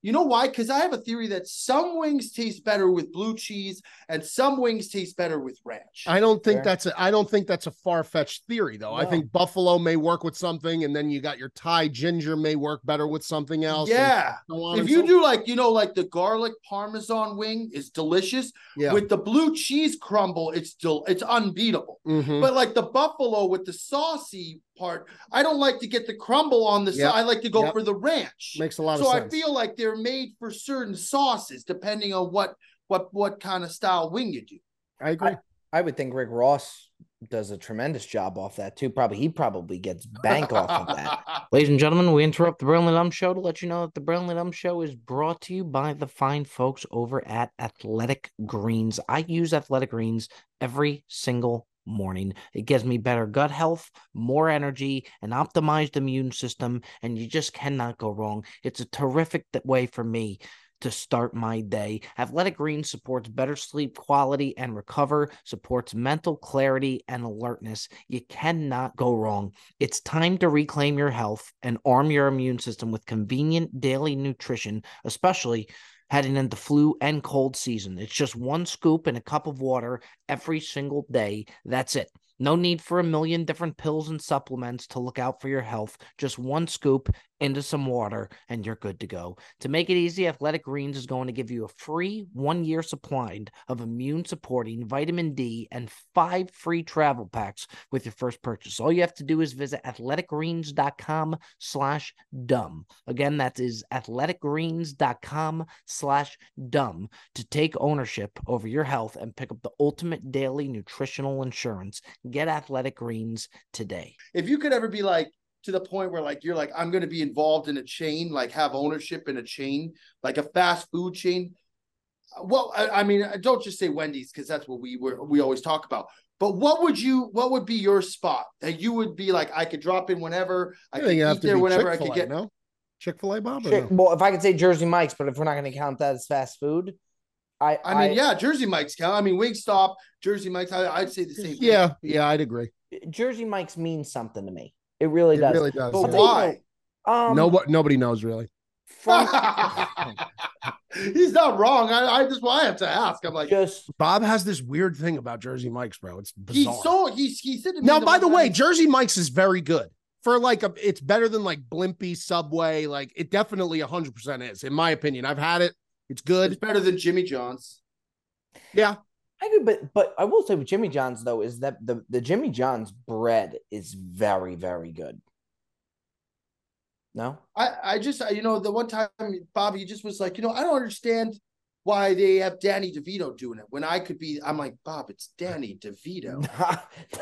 Speaker 2: You know why? Because I have a theory that some wings taste better with blue cheese and some wings taste better with ranch.
Speaker 3: I don't think
Speaker 1: Fair.
Speaker 3: that's a I don't think that's a far fetched theory though. I
Speaker 1: No.
Speaker 3: think buffalo may work with something, and then you got your Thai ginger may work better with something else. and
Speaker 2: yeah.
Speaker 3: so on
Speaker 2: If
Speaker 3: and
Speaker 2: you
Speaker 3: so-
Speaker 2: do like, you know, like the garlic parmesan wing is delicious.
Speaker 3: yeah,
Speaker 2: With the blue cheese crumble, it's still it's unbeatable.
Speaker 3: Mhm.
Speaker 2: But like the buffalo with the saucy part, I don't like to get the crumble on the
Speaker 3: Yep.
Speaker 2: side. I like to go
Speaker 3: Yep.
Speaker 2: for the ranch.
Speaker 3: makes a lot
Speaker 2: so
Speaker 3: of
Speaker 2: I
Speaker 3: sense.
Speaker 2: feel like they're made for certain sauces, depending on what what what kind of style wing you do.
Speaker 3: I agree.
Speaker 1: I would think Rick Ross does a tremendous job off that too. Probably he probably gets bank off of that.
Speaker 4: Ladies and gentlemen, we interrupt the Burnley Lum Show to let you know that the Burnley Lum Show is brought to you by the fine folks over at Athletic Greens. I use Athletic Greens every single morning. It gives me better gut health, more energy, an optimized immune system, and you just cannot go wrong. It's a terrific th- way for me to start my day. Athletic Greens supports better sleep quality and recover, supports mental clarity and alertness. You cannot go wrong. It's time to reclaim your health and arm your immune system with convenient daily nutrition, especially heading into flu and cold season. It's just one scoop and a cup of water every single day. That's it. No need for a million different pills and supplements to look out for your health. Just one scoop into some water and you're good to go. To make it easy, Athletic Greens is going to give you a free one year supply of immune supporting vitamin D and five free travel packs with your first purchase. All you have to do is visit athleticgreens.com slash dumb. Again, that is athleticgreens.com slash dumb to take ownership over your health and pick up the ultimate daily nutritional insurance. Get Athletic Greens today.
Speaker 2: if you could ever be like to the point where like you're like I'm going to be involved in a chain, like have ownership in a chain, like a fast food chain. Well, I, I mean, uh, don't just say Wendy's because that's what we were we always talk about. But what would you? What would be your spot that you would be like? I could drop in whenever. I could
Speaker 3: think it'd have
Speaker 2: eat
Speaker 3: to
Speaker 2: there
Speaker 3: be
Speaker 2: whenever I
Speaker 3: Chick-fil-A,
Speaker 2: could get.
Speaker 3: no? Chick-fil-A Bob or
Speaker 1: Shit,
Speaker 3: no?
Speaker 1: well, if I could say Jersey Mike's, but if we're not going to count that as fast food, I
Speaker 2: I mean, yeah, Jersey Mike's count. I mean, Wingstop, Jersey Mike's. I, I'd say the same. thing.
Speaker 3: Yeah, yeah, I'd agree.
Speaker 1: Jersey Mike's means something to me. It really
Speaker 3: It
Speaker 1: does.
Speaker 3: really does.
Speaker 2: but
Speaker 1: I'll
Speaker 3: yeah.
Speaker 1: tell you
Speaker 2: why?
Speaker 1: what, um,
Speaker 3: Nobody, nobody knows really.
Speaker 1: from-
Speaker 2: He's not wrong. I, I just why I have to ask. I'm like,
Speaker 1: just
Speaker 3: Bob has this weird thing about Jersey Mike's, bro. It's bizarre.
Speaker 2: he's so he's he said to me
Speaker 3: now,
Speaker 2: that
Speaker 3: by
Speaker 2: one
Speaker 3: the
Speaker 2: time,
Speaker 3: way,
Speaker 2: he's-
Speaker 3: Jersey Mike's is very good for like a. It's better than like Blimpie Subway. Like it definitely 100 percent is, in my opinion. I've had it. It's
Speaker 2: it's
Speaker 3: good.
Speaker 2: better than Jimmy John's.
Speaker 1: I could, but but I will say with Jimmy John's though is that the the Jimmy John's bread is very very good. No,
Speaker 2: I, I just, I- you know, the one time Bobby just was like, you know, I don't understand why they have Danny DeVito doing it when I could be. I'm like, Bob, it's Danny DeVito.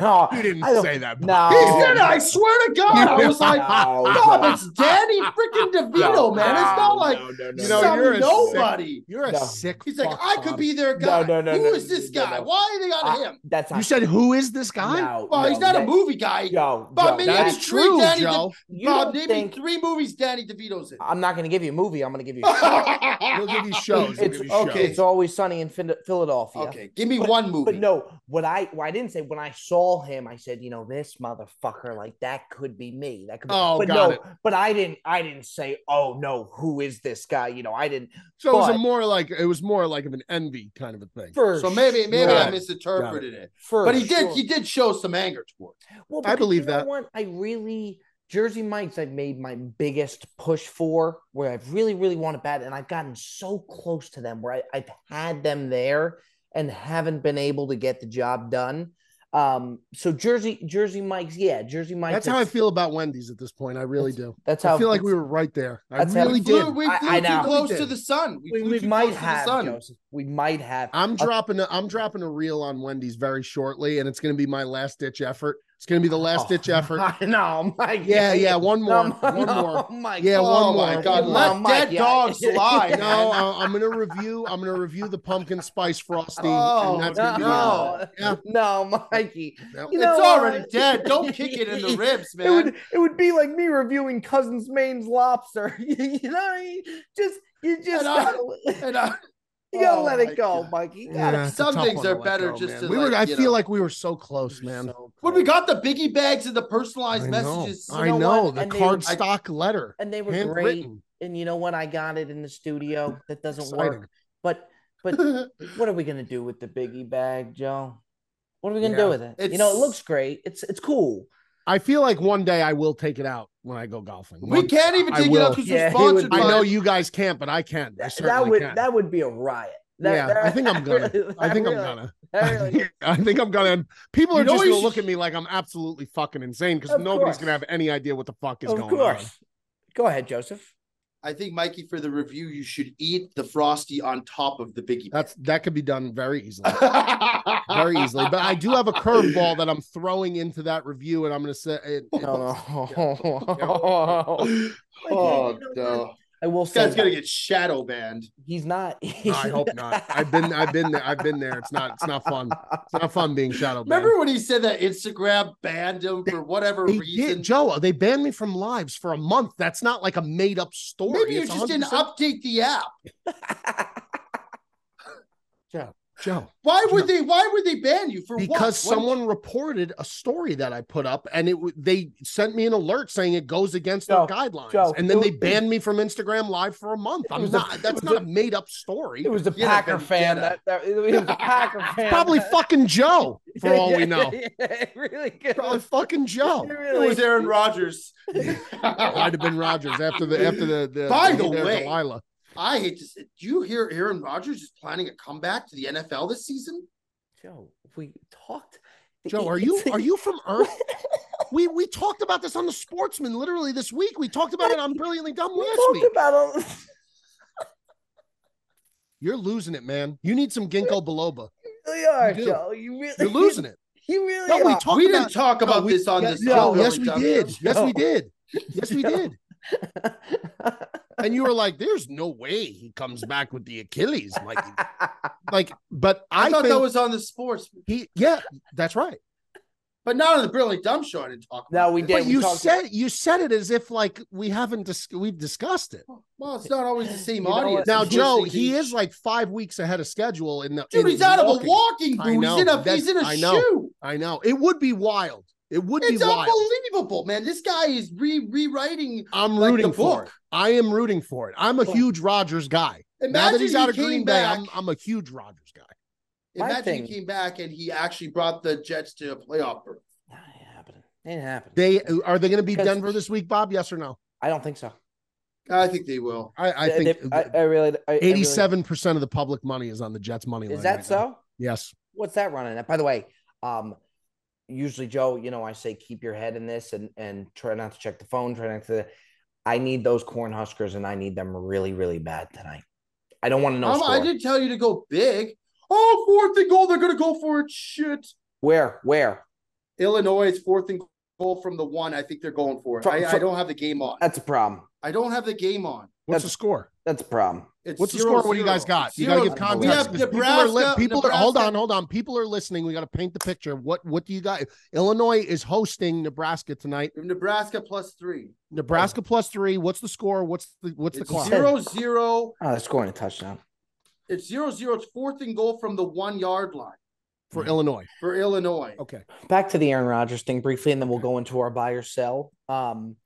Speaker 1: no,
Speaker 3: You didn't
Speaker 1: I don't-
Speaker 3: say that.
Speaker 1: No,
Speaker 2: He said, I swear to God, I was like,
Speaker 1: No,
Speaker 2: Bob, it's Danny freaking DeVito,
Speaker 1: No,
Speaker 2: man. It's not
Speaker 1: no,
Speaker 2: like
Speaker 1: no, no, no,
Speaker 3: you
Speaker 2: you
Speaker 3: know,
Speaker 1: no.
Speaker 3: you're a
Speaker 2: nobody.
Speaker 3: You're a
Speaker 1: No.
Speaker 3: sick.
Speaker 2: He's like,
Speaker 3: fuck,
Speaker 2: I could
Speaker 3: Bob.
Speaker 2: be their
Speaker 1: No,
Speaker 2: guy.
Speaker 1: no, no,
Speaker 2: Who
Speaker 1: no,
Speaker 2: is this
Speaker 1: no, no,
Speaker 2: guy?
Speaker 1: no.
Speaker 2: Why they got him?
Speaker 1: that's not
Speaker 3: You said who is this guy?
Speaker 1: No,
Speaker 2: Well,
Speaker 1: no,
Speaker 2: he's not a
Speaker 1: that-
Speaker 2: movie guy.
Speaker 1: Joe,
Speaker 2: Bob,
Speaker 1: Joe,
Speaker 2: maybe
Speaker 1: that-
Speaker 3: That's
Speaker 2: That's
Speaker 3: true,
Speaker 2: true, Danny
Speaker 3: Joe.
Speaker 1: you
Speaker 2: Bob,
Speaker 1: don't
Speaker 2: name
Speaker 1: think
Speaker 2: me three movies Danny DeVito's in.
Speaker 1: I'm not going to give you a movie. I'm going to give you.
Speaker 3: He'll give you shows. He'll
Speaker 1: it's
Speaker 3: give you
Speaker 1: okay.
Speaker 3: shows.
Speaker 1: It's always sunny in Phil- Philadelphia.
Speaker 2: Okay, give me one movie.
Speaker 1: But no, what I what I didn't say when I saw him, I said, you know, this motherfucker, like that could be me. That could be.
Speaker 3: Oh,
Speaker 1: but
Speaker 3: got
Speaker 1: no,
Speaker 3: it.
Speaker 1: but I didn't. I didn't say, oh no, who is this guy? You know, I didn't.
Speaker 3: So it was a
Speaker 1: but-
Speaker 3: more like it was more like of an envy kind of a thing.
Speaker 1: For
Speaker 2: so maybe maybe
Speaker 3: Got
Speaker 2: I
Speaker 3: it.
Speaker 2: misinterpreted it.
Speaker 1: for
Speaker 2: But he did
Speaker 1: sure.
Speaker 2: he did show some anger towards. it.
Speaker 1: Well,
Speaker 3: I
Speaker 1: because
Speaker 3: believe
Speaker 1: you know
Speaker 3: that.
Speaker 1: What? I really Jersey Mike's. I've made my biggest push for where I've really, really wanted bad, and I've gotten so close to them where I, I've had them there and haven't been able to get the job done. Um, so Jersey, Jersey Mike's, yeah, Jersey Mike's.
Speaker 3: That's how I
Speaker 1: is-
Speaker 3: feel about Wendy's at this point. I really do.
Speaker 1: That's how
Speaker 3: I feel like we were right there. I
Speaker 1: That's how-
Speaker 3: really
Speaker 2: We flew,
Speaker 3: did.
Speaker 2: we
Speaker 1: I-
Speaker 2: flew
Speaker 1: I
Speaker 2: too
Speaker 1: know.
Speaker 2: close
Speaker 3: We did.
Speaker 2: to the sun. We,
Speaker 1: We,
Speaker 2: flew
Speaker 1: we
Speaker 2: too
Speaker 1: might
Speaker 2: close
Speaker 1: have.
Speaker 2: to the sun.
Speaker 1: Joseph, we might have.
Speaker 3: I'm
Speaker 1: Uh,
Speaker 3: dropping a, I'm dropping a reel on Wendy's very shortly, and it's going to be my last ditch effort. It's going to be the last ditch
Speaker 1: oh,
Speaker 3: effort.
Speaker 1: I know, Mike.
Speaker 3: Yeah, yeah, one more,
Speaker 1: No,
Speaker 3: one
Speaker 1: no,
Speaker 3: more.
Speaker 1: Mike.
Speaker 3: Yeah,
Speaker 2: Oh
Speaker 3: one
Speaker 2: my
Speaker 3: more.
Speaker 2: God,
Speaker 3: One
Speaker 2: let
Speaker 1: more. Mike,
Speaker 2: dead
Speaker 1: yeah.
Speaker 2: dogs lie.
Speaker 3: No,
Speaker 2: man.
Speaker 3: I, I'm going to review. I'm going to review the pumpkin spice frosty.
Speaker 2: Oh,
Speaker 3: and that's gonna be my-
Speaker 1: no,
Speaker 3: Yeah.
Speaker 1: no, Mikey.
Speaker 3: Yep.
Speaker 1: You
Speaker 2: it's
Speaker 1: know,
Speaker 2: already
Speaker 1: uh,
Speaker 2: dead. Don't kick it in the ribs, man.
Speaker 1: It would it would be like me reviewing Cousins Maine's lobster. you know, what I mean? just you just
Speaker 2: And I-
Speaker 1: gotta,
Speaker 2: And I-
Speaker 1: you gotta
Speaker 2: oh
Speaker 1: let
Speaker 2: my
Speaker 1: it go,
Speaker 2: God.
Speaker 1: Mikey. You gotta-
Speaker 3: Yeah, it's a
Speaker 2: Some
Speaker 3: tough
Speaker 2: things
Speaker 3: one to
Speaker 2: are
Speaker 3: let
Speaker 2: better
Speaker 3: go,
Speaker 2: just
Speaker 3: man.
Speaker 2: to,
Speaker 3: we were.
Speaker 2: like,
Speaker 3: I
Speaker 2: you
Speaker 3: feel
Speaker 2: know.
Speaker 3: like we were so close, man.
Speaker 2: when we got the biggie bags and the personalized
Speaker 3: I know.
Speaker 2: messages.
Speaker 1: You
Speaker 3: I
Speaker 1: know
Speaker 3: know
Speaker 1: what?
Speaker 3: the
Speaker 1: And they-
Speaker 3: cardstock letter,
Speaker 1: And they were great.
Speaker 3: handwritten.
Speaker 1: And you know what? I got it in the studio. That doesn't
Speaker 3: Exciting.
Speaker 1: work. But but what are we gonna do with the biggie bag, Joe? What are we gonna
Speaker 3: Yeah.
Speaker 1: do with it? you know, it
Speaker 2: It's-
Speaker 1: looks great. It's it's cool.
Speaker 3: I feel like one day I will take it out when I go golfing.
Speaker 2: we
Speaker 3: One-
Speaker 2: can't even
Speaker 3: I
Speaker 2: take it
Speaker 3: will.
Speaker 2: up because
Speaker 1: Yeah,
Speaker 2: we're
Speaker 1: he would-
Speaker 2: sponsored by
Speaker 3: I know you guys can't, but I can. I
Speaker 1: That,
Speaker 3: certainly
Speaker 1: that would
Speaker 3: can.
Speaker 1: that would be a riot. That-
Speaker 3: Yeah,
Speaker 1: that-
Speaker 3: I think I'm gonna.
Speaker 1: really-
Speaker 3: I think I'm
Speaker 1: really-
Speaker 3: gonna.
Speaker 1: that really-
Speaker 3: I think I'm gonna. People
Speaker 2: You
Speaker 3: are
Speaker 2: know
Speaker 3: just
Speaker 2: you
Speaker 3: gonna
Speaker 2: should-
Speaker 3: look at me like I'm absolutely fucking insane because
Speaker 1: Of
Speaker 3: nobody's
Speaker 1: course.
Speaker 3: gonna have any idea what the fuck is
Speaker 1: of
Speaker 3: going
Speaker 1: course. Go ahead, Joseph.
Speaker 2: I think Mikey, for the review, you should eat the frosty on top of the biggie.
Speaker 3: That's that could be done very easily. very easily. But I do have a curveball that I'm throwing into that review, and I'm going to say, it, it-
Speaker 1: No, no.
Speaker 2: oh no,
Speaker 1: I will
Speaker 2: this
Speaker 1: say
Speaker 2: guy's gonna get shadow banned.
Speaker 1: he's not.
Speaker 3: No, I hope not. I've been, I've been there. I've been there. It's not, it's not fun. It's not fun being shadow banned.
Speaker 2: Remember when he said that Instagram banned him for whatever
Speaker 3: They
Speaker 2: reason?
Speaker 3: did, Joe. They banned me from lives for a month. That's not like a made up story.
Speaker 2: Maybe you
Speaker 3: It's
Speaker 2: just didn't
Speaker 3: 100%
Speaker 2: update the app.
Speaker 3: Joe.
Speaker 2: Why would
Speaker 3: No.
Speaker 2: they? Why would they ban you for what?
Speaker 3: Because
Speaker 2: What-
Speaker 3: someone reported a story that I put up, and it w- they sent me an alert saying it goes against their
Speaker 1: Joe,
Speaker 3: guidelines,
Speaker 1: Joe,
Speaker 3: and then
Speaker 1: it
Speaker 3: they
Speaker 1: was-
Speaker 3: banned me from Instagram Live for a month.
Speaker 1: was
Speaker 3: I'm
Speaker 1: a-
Speaker 3: not.
Speaker 1: it
Speaker 3: that's
Speaker 1: was
Speaker 3: not
Speaker 1: a-
Speaker 3: a made up story.
Speaker 1: It was a
Speaker 2: Get a
Speaker 1: Packer fan. That,
Speaker 2: vendetta.
Speaker 1: that it was a Packer fan.
Speaker 3: Probably
Speaker 1: that-
Speaker 3: fucking Joe, for all we
Speaker 1: Yeah,
Speaker 3: know.
Speaker 1: yeah, yeah, really good.
Speaker 3: Probably fucking Joe.
Speaker 1: It
Speaker 2: It
Speaker 1: really-
Speaker 2: was Aaron Rodgers.
Speaker 3: Might have been Rogers after the after the. the
Speaker 2: By
Speaker 3: Hey
Speaker 2: the
Speaker 3: there,
Speaker 2: way-
Speaker 3: Delilah.
Speaker 2: I hate to say. Do you hear Aaron Rodgers is planning a comeback to the NFL this season?
Speaker 1: Joe, we talked.
Speaker 3: Joe, are you are you from Earth? We we talked about this on the Sportsman literally this week. We talked about it on Brilliantly Dumb
Speaker 1: We
Speaker 3: last
Speaker 1: talked
Speaker 3: week.
Speaker 1: about it.
Speaker 3: You're losing it, man. You need some ginkgo biloba.
Speaker 1: You are,
Speaker 3: do.
Speaker 1: Joe. You really,
Speaker 3: You're losing it.
Speaker 1: You really
Speaker 3: No, we
Speaker 1: are.
Speaker 3: talked
Speaker 2: we
Speaker 3: about.
Speaker 2: didn't talk about
Speaker 3: we-
Speaker 2: this on
Speaker 3: yeah,
Speaker 2: this.
Speaker 3: no,
Speaker 2: show,
Speaker 3: yes, we
Speaker 2: really,
Speaker 3: did. Yes, we
Speaker 1: No.
Speaker 3: did. Yes, we
Speaker 1: No.
Speaker 3: did. And you were like, "There's no way he comes back with the Achilles, Mikey." Like, but I,
Speaker 2: I, thought
Speaker 3: think
Speaker 2: that was on the sports,
Speaker 3: he. Yeah, that's right.
Speaker 2: but not on the brilliant dumb show. I didn't talk.
Speaker 1: No,
Speaker 2: About
Speaker 1: we
Speaker 2: this.
Speaker 1: did.
Speaker 3: But you
Speaker 1: talked-
Speaker 3: said you said it as if like we haven't dis- we've discussed it.
Speaker 2: Well, it's not always the same
Speaker 1: You know what?
Speaker 2: audience.
Speaker 3: Now,
Speaker 2: It's
Speaker 3: Joe,
Speaker 2: listening to
Speaker 3: he
Speaker 2: each-
Speaker 3: is like five weeks ahead of schedule in the.
Speaker 2: Dude,
Speaker 3: in
Speaker 2: he's out of a
Speaker 3: walking.
Speaker 2: walking
Speaker 3: I
Speaker 2: boot. He's
Speaker 3: know,
Speaker 2: in a
Speaker 3: that's-
Speaker 2: he's in a
Speaker 3: I know.
Speaker 2: shoe.
Speaker 3: I know it would be wild. It would
Speaker 2: It's
Speaker 3: be wild.
Speaker 2: unbelievable, man. This guy is re rewriting.
Speaker 3: I'm
Speaker 2: Like the
Speaker 3: rooting for
Speaker 2: book.
Speaker 3: it. I am rooting for it. I'm a
Speaker 1: Well-
Speaker 3: huge Rogers guy. now
Speaker 2: Imagine
Speaker 3: that he's
Speaker 2: he
Speaker 3: out of
Speaker 2: came
Speaker 3: Green Bay,
Speaker 2: back.
Speaker 3: I'm, I'm a huge Rogers guy.
Speaker 1: My
Speaker 2: imagine
Speaker 1: thing-
Speaker 2: he came back and he actually brought the Jets to a playoff berth.
Speaker 1: Nah, it ain't happening. It ain't happening.
Speaker 3: They are they going to be
Speaker 1: Because-
Speaker 3: Denver this week, Bob? Yes or no?
Speaker 1: I don't think so.
Speaker 2: I think they will.
Speaker 3: I, I
Speaker 1: They-
Speaker 3: think
Speaker 1: they- I, I really. I- I really-
Speaker 3: eighty-seven percent of the public money is on the Jets money line.
Speaker 1: Is that
Speaker 3: right now.
Speaker 1: so?
Speaker 3: Yes.
Speaker 1: What's that running at? By the way, um, usually Joe, you know, I say keep your head in this and and try not to check the phone. Try not to. I need those corn huskers, and I need them really, really bad tonight. I don't want to know.
Speaker 2: Um, I
Speaker 1: score.
Speaker 2: did tell you to go big. Oh, fourth and goal. They're going to go for it. Shit.
Speaker 1: Where? Where?
Speaker 2: Illinois is fourth and goal from the one. I think they're going for it.
Speaker 1: Fro-
Speaker 2: I, I
Speaker 1: fro-
Speaker 2: don't have the game on.
Speaker 1: That's a problem.
Speaker 2: I don't have the game on.
Speaker 3: What's
Speaker 1: That's-
Speaker 3: the score?
Speaker 1: That's a problem.
Speaker 2: It's
Speaker 3: What's the
Speaker 2: zero,
Speaker 3: score? What do you
Speaker 2: zero.
Speaker 3: guys got? You
Speaker 2: Zero,
Speaker 3: got to give
Speaker 1: zero.
Speaker 3: context.
Speaker 1: We have
Speaker 3: 'cause people are li-
Speaker 2: Nebraska-
Speaker 3: people are hold on,
Speaker 2: Nebraska-
Speaker 3: hold on. People are listening. We got to paint the picture. What what do you got? Illinois is hosting Nebraska tonight.
Speaker 2: Nebraska plus three.
Speaker 3: Nebraska
Speaker 1: Oh.
Speaker 3: plus three. What's the score? What's the what's the
Speaker 2: It's
Speaker 3: clock?
Speaker 2: zero zero.
Speaker 1: Oh, they're scoring a touchdown.
Speaker 2: It's zero zero. It's fourth and goal from the one yard line
Speaker 3: for Illinois?
Speaker 2: for Illinois.
Speaker 3: Okay.
Speaker 1: back to the Aaron Rodgers thing briefly, and then we'll go into our buy or sell. Um,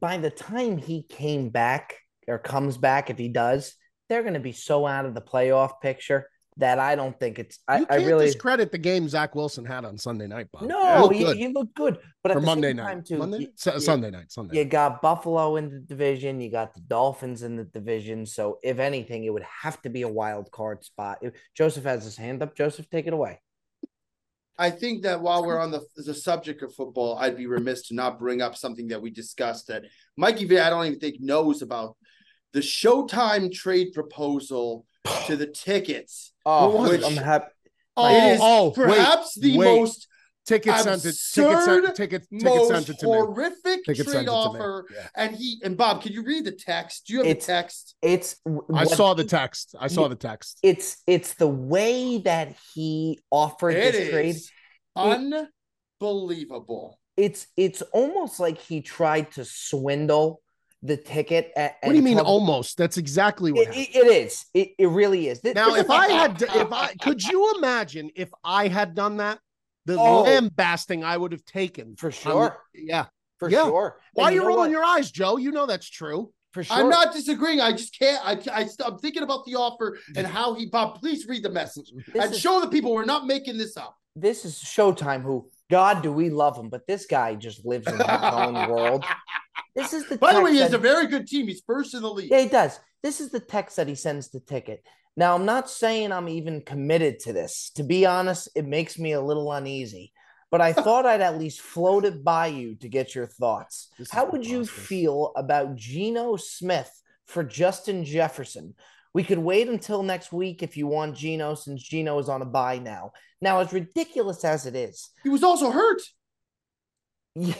Speaker 1: by the time he came back or comes back, if he does, they're going to be so out of the playoff picture that I don't think it's. I,
Speaker 3: you
Speaker 1: I
Speaker 3: can't
Speaker 1: really
Speaker 3: discredit the game Zach Wilson had on Sunday night, Bob. It
Speaker 1: no.
Speaker 3: looked
Speaker 1: You,
Speaker 3: good
Speaker 1: you look good, but at
Speaker 3: for
Speaker 1: the
Speaker 3: Monday
Speaker 1: same
Speaker 3: night.
Speaker 1: time too,
Speaker 3: Monday?
Speaker 1: you-
Speaker 3: Su-
Speaker 1: you-
Speaker 3: Sunday night. Sunday.
Speaker 1: You
Speaker 3: night.
Speaker 1: got Buffalo in the division. You got the Dolphins in the division. So, if anything, it would have to be a wild card spot. If- Joseph has his hand up. Joseph, take it away.
Speaker 2: I think that while we're on the, the subject of football, I'd be remiss to not bring up something that we discussed that Mikey V, I don't even think knows about the Showtime trade proposal to the tickets.
Speaker 1: Oh,
Speaker 2: was
Speaker 1: I'm
Speaker 2: it?
Speaker 1: happy.
Speaker 3: Oh,
Speaker 2: it is
Speaker 3: oh, wait.
Speaker 2: perhaps the
Speaker 3: wait.
Speaker 2: most
Speaker 3: Ticket sent it. Ticket
Speaker 2: absurd
Speaker 3: sent. Ticket. Ticket sent it
Speaker 2: most
Speaker 3: to me.
Speaker 2: horrific
Speaker 3: Ticket sent it
Speaker 2: trade
Speaker 3: to me.
Speaker 2: offer.
Speaker 3: Yeah.
Speaker 2: And he and Bob, can you read the text? Do you have
Speaker 1: It's-
Speaker 2: the text?
Speaker 1: It's
Speaker 3: I
Speaker 1: what-
Speaker 3: saw the text. I saw
Speaker 1: Yeah.
Speaker 3: the text.
Speaker 1: it's it's the way that he offered
Speaker 2: It
Speaker 1: this trade.
Speaker 2: is unbelievable.
Speaker 1: It's it's almost like he tried to swindle the ticket. a-
Speaker 3: What do you
Speaker 1: and
Speaker 3: mean
Speaker 1: tell-
Speaker 3: almost? That's exactly what
Speaker 1: It,
Speaker 3: happened.
Speaker 1: it- it is. It, it really is. Thi-
Speaker 3: Now,
Speaker 1: this
Speaker 3: if
Speaker 1: is-
Speaker 3: I had, if I could, you imagine if I had done that, the
Speaker 1: Oh.
Speaker 3: lambasting I would have taken.
Speaker 1: for
Speaker 3: on
Speaker 1: sure,
Speaker 3: the- yeah.
Speaker 1: for
Speaker 3: yeah.
Speaker 1: sure.
Speaker 3: Why
Speaker 1: And
Speaker 3: are you,
Speaker 1: know
Speaker 3: rolling
Speaker 1: what?
Speaker 3: your eyes, Joe? You know that's true.
Speaker 1: For sure.
Speaker 2: I'm not disagreeing. I just can't. I, I I'm thinking about the offer and how he Bob. Please read the message
Speaker 1: This
Speaker 2: and
Speaker 1: is,
Speaker 2: show the people we're not making this up.
Speaker 1: this is Showtime. Who God do we love him? But this guy just lives in his own world. This is the.
Speaker 2: By the way,
Speaker 1: text
Speaker 2: he has
Speaker 1: that-
Speaker 2: a very good team. He's first in the league.
Speaker 1: Yeah, he does. This is the text that he sends the ticket. Now, I'm not saying I'm even committed to this. To be honest, it makes me a little uneasy, but I thought I'd at least float it by you to get your thoughts.
Speaker 3: This is
Speaker 1: How would you
Speaker 3: preposterous.
Speaker 1: feel about Geno Smith for Justin Jefferson. We could wait until next week if you want Gino, since Gino is on a buy now. Now, as ridiculous as it is,
Speaker 2: He was also hurt.
Speaker 1: yeah,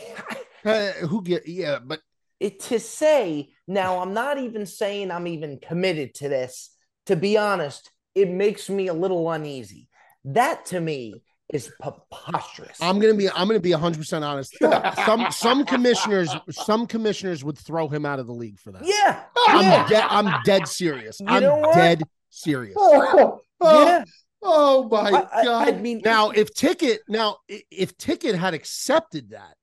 Speaker 3: Uh, who get? Yeah, but
Speaker 1: it to say now, I'm not even saying I'm even committed to this. To be honest, it makes me a little uneasy. That to me is preposterous.
Speaker 3: I'm gonna be. I'm gonna be 100 percent honest. Some some commissioners, some commissioners would throw him out of the league for that.
Speaker 1: yeah,
Speaker 3: I'm
Speaker 1: yeah,
Speaker 3: dead. I'm dead serious.
Speaker 1: You
Speaker 3: I'm
Speaker 1: know what?
Speaker 3: dead serious.
Speaker 2: Oh, oh,
Speaker 1: yeah.
Speaker 2: oh my
Speaker 1: I, I-
Speaker 2: god.
Speaker 1: I mean,
Speaker 3: Now, if Ticket, now i- if Ticket had accepted that,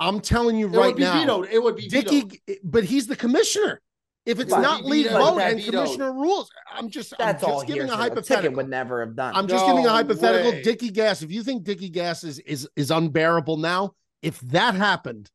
Speaker 3: I'm telling you
Speaker 2: it
Speaker 3: right
Speaker 2: would be
Speaker 3: now,
Speaker 2: vetoed. It would be vetoed.
Speaker 3: Dicky. But he's the commissioner. If it's
Speaker 1: Right.
Speaker 3: not
Speaker 2: He
Speaker 3: league
Speaker 2: vetoed.
Speaker 3: vote
Speaker 1: That
Speaker 3: and
Speaker 2: vetoed.
Speaker 3: commissioner rules, I'm just
Speaker 1: that's
Speaker 3: I'm
Speaker 1: all
Speaker 3: just giving
Speaker 1: hearsay.
Speaker 3: a
Speaker 1: Ticket would
Speaker 3: hypothetical.
Speaker 1: never have done.
Speaker 3: I'm just giving a
Speaker 2: No
Speaker 3: hypothetical.
Speaker 2: way.
Speaker 3: Dicky Gas. If you think Dicky Gas is is is unbearable now, if that happened,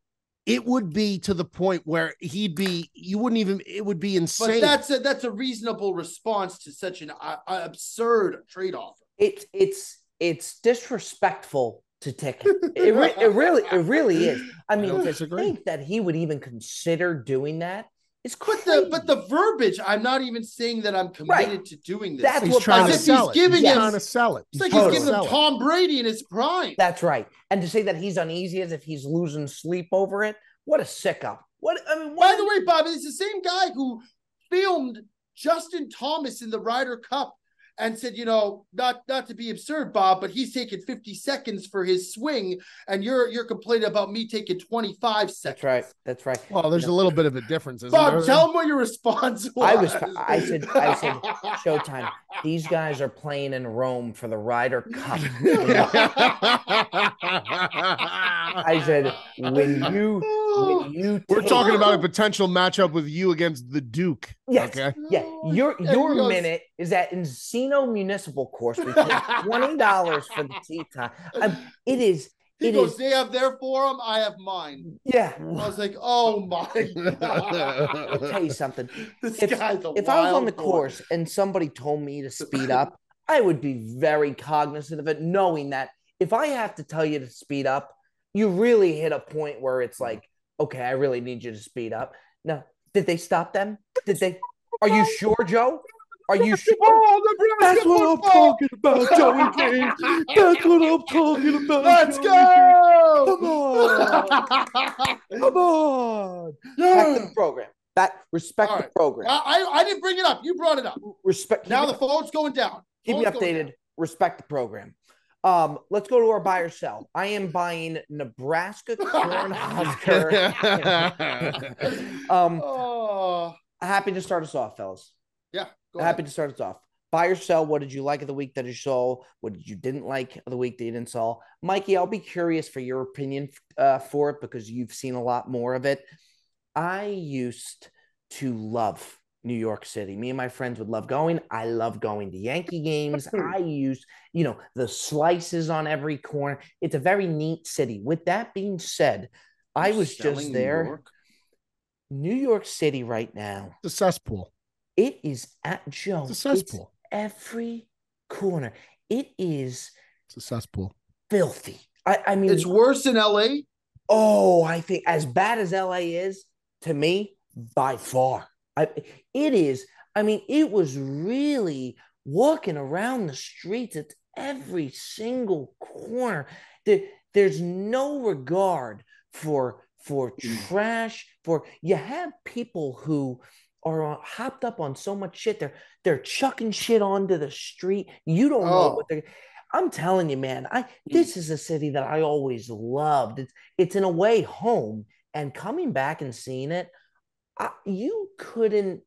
Speaker 3: it would be to the point where he'd be. You wouldn't even. It would be
Speaker 2: But
Speaker 3: insane.
Speaker 2: that's a that's a reasonable response to such an uh, absurd trade off.
Speaker 1: it's it's it's disrespectful to Ticket. It, re- it really it really is. I mean,
Speaker 3: don't
Speaker 1: to
Speaker 3: disagree.
Speaker 1: think that he would even consider doing that is
Speaker 2: But
Speaker 1: crazy.
Speaker 2: the but the verbiage, I'm not even saying that I'm committed to doing this.
Speaker 1: That's
Speaker 3: he's
Speaker 1: what
Speaker 3: trying
Speaker 1: I
Speaker 3: to
Speaker 1: said,
Speaker 3: sell
Speaker 2: he's
Speaker 3: it.
Speaker 2: giving
Speaker 3: he's
Speaker 1: him-
Speaker 3: trying to sell it.
Speaker 2: it's like
Speaker 1: Totally.
Speaker 2: he's giving
Speaker 3: Sell
Speaker 2: them
Speaker 3: it.
Speaker 2: Tom Brady in his prime.
Speaker 1: That's right. And to say that he's uneasy as if he's losing sleep over it, what a sicko. What I mean,
Speaker 2: By
Speaker 1: what,
Speaker 2: the way, Bobby, it's the same guy who filmed Justin Thomas in the Ryder Cup and said, you know, not not to be absurd, Bob, but he's taking 50 seconds for his swing, and you're you're complaining about me taking 25 seconds.
Speaker 1: that's right. That's right.
Speaker 3: Well, there's a little bit of a difference. Isn't
Speaker 2: Bob,
Speaker 3: there?
Speaker 2: tell him what your response was.
Speaker 1: I was- I said- I said, Showtime. These guys are playing in Rome for the Ryder Cup. I said, when you
Speaker 2: Oh,
Speaker 1: when you
Speaker 3: We're
Speaker 1: take-
Speaker 3: talking about a potential matchup with you against the Duke.
Speaker 1: Yes.
Speaker 3: Okay.
Speaker 1: Yeah, your
Speaker 2: And
Speaker 1: your
Speaker 2: he goes-
Speaker 1: minute is at Encino Municipal Course. We pay twenty dollars for the tea time. Um, it is.
Speaker 2: He
Speaker 1: it
Speaker 2: goes,
Speaker 1: is-
Speaker 2: they have their forum, I have mine.
Speaker 1: Yeah.
Speaker 2: I was like, oh my
Speaker 1: I'll
Speaker 2: god.
Speaker 1: tell you something.
Speaker 2: This
Speaker 1: If-
Speaker 2: guy's a
Speaker 1: If I was on
Speaker 2: wild
Speaker 1: the
Speaker 2: boy.
Speaker 1: course and somebody told me to speed up, I would be very cognizant of it, knowing that if I have to tell you to speed up, you really hit a point where it's like, okay, I really need you to speed up. Now, did they stop them? Did they? Are you sure, Joe? Are you sure?
Speaker 4: That's what I'm talking about, Joey Gaines. That's what I'm talking about.
Speaker 2: Let's
Speaker 4: Joey Gaines.
Speaker 2: go!
Speaker 4: Come on. Come on.
Speaker 1: Back to the program. Back respect
Speaker 2: All
Speaker 1: the
Speaker 2: right.
Speaker 1: program.
Speaker 2: I, I I didn't bring it up. You brought it up.
Speaker 1: respect.
Speaker 2: Now
Speaker 1: keep
Speaker 2: the phone's going down.
Speaker 1: keep me
Speaker 2: phone's going
Speaker 1: updated. Respect the program. Um, let's go to our buy or sell. I am buying Nebraska Cornhusker. um,
Speaker 2: Oh,
Speaker 1: happy to start us off, fellas.
Speaker 2: yeah. Go
Speaker 1: happy
Speaker 2: ahead.
Speaker 1: to start us off. Buy or sell. What did you like of the week that you saw? What did you didn't like of the week that you didn't saw? Mikey, I'll be curious for your opinion uh, for it because you've seen a lot more of it. I used to love New York City. Me and my friends would love going. I love going to Yankee games. I used, you know, the slices on every corner. It's a very neat city. With that being said, I was
Speaker 2: Selling
Speaker 1: just
Speaker 2: New
Speaker 1: there.
Speaker 2: York?
Speaker 1: New York City right now.
Speaker 3: It's a cesspool.
Speaker 1: It is at Joe.
Speaker 3: It's a
Speaker 1: It's
Speaker 3: cesspool.
Speaker 1: every corner. It is
Speaker 3: It's a cesspool.
Speaker 1: filthy. I, I mean,
Speaker 2: It's worse in LA.
Speaker 1: oh, I think as bad as LA is to me by far. I, it is. I mean, it was really walking around the streets at every single corner. There, there's no regard for for trash. For you have people who are on- hopped up on so much shit. They're they're chucking shit onto the street. You don't know
Speaker 2: Oh.
Speaker 1: what they're. I'm telling you, man. I this is a city that I always loved. It's it's in a way home, and coming back and seeing it, I, you couldn't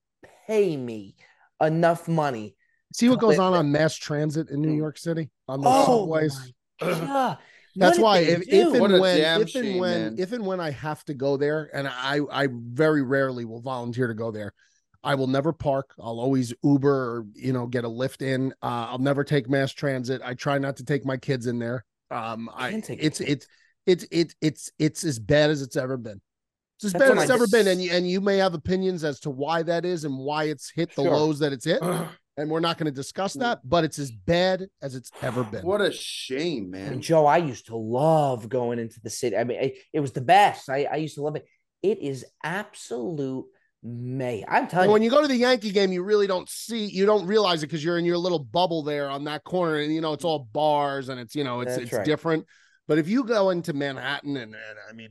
Speaker 1: pay me enough money
Speaker 3: See what goes
Speaker 1: But-
Speaker 3: on on mass transit in New
Speaker 1: Mm.
Speaker 3: York City on the
Speaker 1: Oh
Speaker 3: subways.
Speaker 1: my God.
Speaker 3: That's
Speaker 1: What
Speaker 3: why
Speaker 1: did
Speaker 3: if,
Speaker 1: they
Speaker 3: if
Speaker 1: do?
Speaker 2: What
Speaker 3: and
Speaker 2: a
Speaker 3: when
Speaker 2: damn
Speaker 3: if and
Speaker 2: shame,
Speaker 3: when
Speaker 2: man.
Speaker 3: if and when I have to go there, and I I very rarely will volunteer to go there. I will never park. I'll always Uber or you know get a lift in. Uh, I'll never take mass transit. I try not to take my kids in there. Um, I
Speaker 1: Can't take your
Speaker 3: it's it's it's it's it's it's as bad as it's ever been. It's as
Speaker 1: That's
Speaker 3: bad
Speaker 1: what
Speaker 3: as it's
Speaker 1: I
Speaker 3: ever been,
Speaker 1: dis-
Speaker 3: and you, and you may have opinions as to why that is and why it's hit the
Speaker 1: Sure.
Speaker 3: lows that it's hit,
Speaker 2: Ugh,
Speaker 3: and we're not going to discuss
Speaker 1: Hmm.
Speaker 3: that. But it's as bad as it's ever been.
Speaker 2: what a shame,
Speaker 1: I mean,
Speaker 2: man.
Speaker 1: Joe, I used to love going into the city. I mean, I- it was the best. I, I used to love it. It is absolute May. I'm
Speaker 3: And
Speaker 1: telling
Speaker 3: when
Speaker 1: you,
Speaker 3: you go to the Yankee game, you really don't see, you don't realize it because you're in your little bubble there on that corner, and you know it's all bars and it's you know it's
Speaker 1: That's
Speaker 3: it's
Speaker 1: right.
Speaker 3: different. But if you go into Manhattan and, and I mean,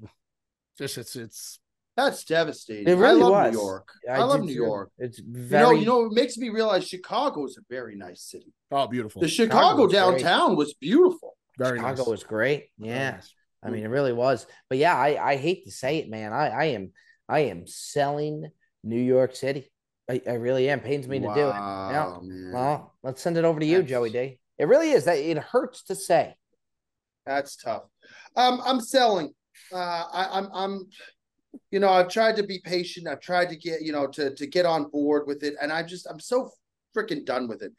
Speaker 3: just it's it's
Speaker 2: That's devastating.
Speaker 1: It really
Speaker 2: I love
Speaker 1: was.
Speaker 2: New York.
Speaker 1: I
Speaker 2: I, love
Speaker 1: did too.
Speaker 2: New York.
Speaker 1: it's
Speaker 2: You know,
Speaker 1: very.
Speaker 2: you know, it makes me realize Chicago is a very nice city.
Speaker 3: oh beautiful,
Speaker 2: The Chicago
Speaker 1: Chicago's great.
Speaker 2: downtown was beautiful.
Speaker 3: very
Speaker 1: Chicago
Speaker 3: nice.
Speaker 1: was great.
Speaker 3: Very
Speaker 1: Yeah.
Speaker 3: nice.
Speaker 2: Hmm.
Speaker 1: I mean, it really was. But yeah, I, I hate to say it, man. I, I am I am selling New York City. I, I really am. Pains me to do it.
Speaker 2: Wow, man.
Speaker 1: Well, let's send it over to you,
Speaker 2: That's-
Speaker 1: Joey D. It really is. That it hurts to say.
Speaker 2: That's tough. Um, I'm selling. Uh, I, I'm, I'm, you know, I've tried to be patient. I've tried to get, you know, to to get on board with it, and I'm just, I'm so freaking done with it.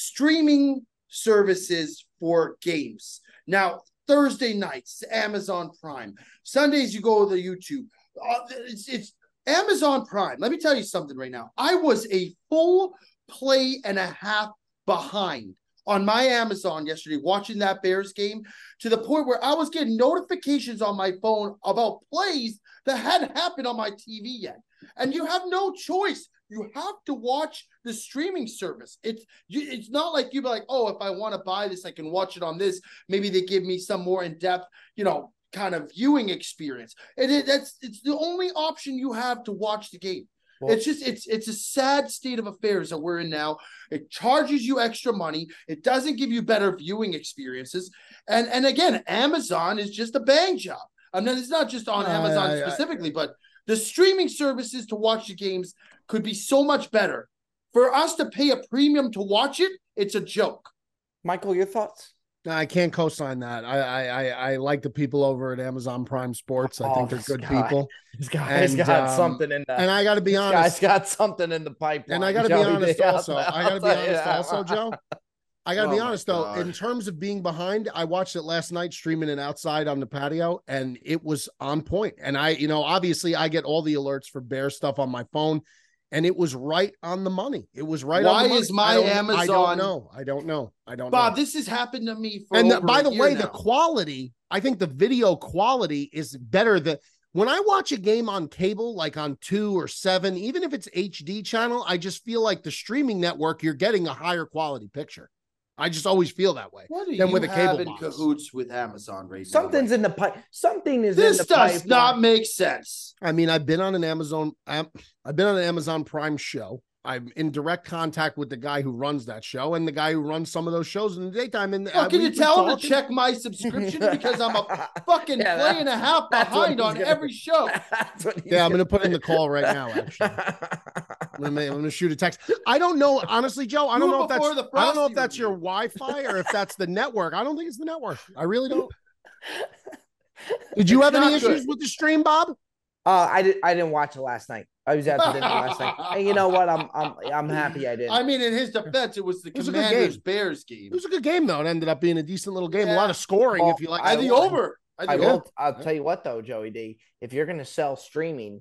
Speaker 2: Streaming services for games now. Thursday nights, Amazon Prime. Sundays, you go to the YouTube. Uh, it's, it's Amazon Prime. Let me tell you something right now. I was a full play and a half behind on my Amazon yesterday watching that Bears game to the point where I was getting notifications on my phone about plays that hadn't happened on my TV yet. And you have no choice. You have to watch the streaming service. It's you, it's not like you'd be like, oh, if I want to buy this, I can watch it on this. Maybe they give me some more in depth, you know, kind of viewing experience. It is that's it's the only option you have to watch the game.
Speaker 1: Well-
Speaker 2: it's just it's it's a sad state of affairs that we're in now. It charges you extra money. It doesn't give you better viewing experiences. And and again, Amazon is just a bang job. I mean, it's not just on
Speaker 3: I-
Speaker 2: Amazon
Speaker 3: I- I-
Speaker 2: specifically, but the streaming services to watch the games could be so much better. For us to pay a premium to watch it, it's a joke.
Speaker 1: Michael, your thoughts?
Speaker 3: No, I can't co-sign that. I, I I I like the people over at Amazon Prime Sports. I
Speaker 1: Oh,
Speaker 3: think they're good
Speaker 1: God.
Speaker 3: people.
Speaker 1: This guy's
Speaker 3: And,
Speaker 1: got
Speaker 3: um,
Speaker 1: something in the
Speaker 3: And I got to be
Speaker 1: this guy's
Speaker 3: honest.
Speaker 1: got something in the pipeline.
Speaker 3: And I got to be
Speaker 1: Joey D.
Speaker 3: honest
Speaker 1: I'll-
Speaker 3: also. I
Speaker 1: I'll
Speaker 3: got to be
Speaker 1: tell you
Speaker 3: honest
Speaker 1: that
Speaker 3: also,
Speaker 1: much.
Speaker 3: Joe. I got to
Speaker 2: Oh
Speaker 3: be
Speaker 2: my
Speaker 3: honest though,
Speaker 2: God.
Speaker 3: in terms of being behind, I watched it last night streaming it outside on the patio and it was on point. And I, you know, obviously I get all the alerts for bear stuff on my phone and it was right on the money. It was right on
Speaker 2: Why
Speaker 3: the money.
Speaker 2: is my
Speaker 3: I don't- I
Speaker 2: Amazon-
Speaker 3: don't know. I don't know. I don't know.
Speaker 2: Bob, this has happened to me for
Speaker 3: and the-
Speaker 2: over
Speaker 3: by
Speaker 2: a
Speaker 3: the
Speaker 2: year
Speaker 3: way the
Speaker 2: now.
Speaker 3: quality i think the video quality is better than when i watch a game on cable like on two or seven even if it's hd channel i just feel like the streaming network you're getting a higher quality picture i just always feel that way
Speaker 2: what do
Speaker 3: than
Speaker 2: you
Speaker 3: with a cable
Speaker 2: have in
Speaker 3: box.
Speaker 2: cahoots with Amazon right now?
Speaker 1: Something's in the pipe. Something is in
Speaker 2: this
Speaker 1: the
Speaker 2: does
Speaker 1: pipeline.
Speaker 2: not make sense.
Speaker 3: i mean i've been on an amazon am- i've been on an amazon prime show i'm in direct contact with the guy who runs that show and the guy who runs some of those shows in the daytime and
Speaker 2: Well,
Speaker 3: uh,
Speaker 2: Oh, can you
Speaker 3: we've been
Speaker 2: tell him to
Speaker 3: talking-
Speaker 2: check my subscription because I'm a fucking
Speaker 1: Yeah,
Speaker 2: play and a half
Speaker 1: that's what
Speaker 2: behind
Speaker 1: he's
Speaker 2: on
Speaker 1: gonna-
Speaker 2: every show.
Speaker 1: That's what he's
Speaker 3: Oh. yeah i'm
Speaker 1: gonna
Speaker 3: gonna put in the call right now actually I'm gonna, I'm gonna shoot a text. I don't know, honestly, Joe. I
Speaker 2: Do
Speaker 3: don't
Speaker 2: it
Speaker 3: know if that's
Speaker 2: before the
Speaker 3: I don't know
Speaker 2: Frosty
Speaker 3: if that's your Wi-Fi or if that's the network. I don't think it's the network. I really don't. Did you
Speaker 2: It's
Speaker 3: have any
Speaker 2: not good.
Speaker 3: issues with the stream, Bob?
Speaker 1: Uh, I did. I didn't watch it last night. I was out to dinner last night, and you know what? I'm I'm I'm happy I did.
Speaker 2: I mean, in his defense, it was the
Speaker 3: It was a good game.
Speaker 2: Commanders Bears game.
Speaker 3: It was a good game though. It ended up being a decent little game. A lot
Speaker 2: Yeah.
Speaker 3: of scoring,
Speaker 1: Well,
Speaker 3: if you like.
Speaker 2: I
Speaker 3: that
Speaker 2: Uh, the
Speaker 3: one.
Speaker 2: over. I
Speaker 1: I
Speaker 2: the
Speaker 1: will.
Speaker 2: over.
Speaker 1: I'll tell you what, though, Joey D. If you're going to sell streaming,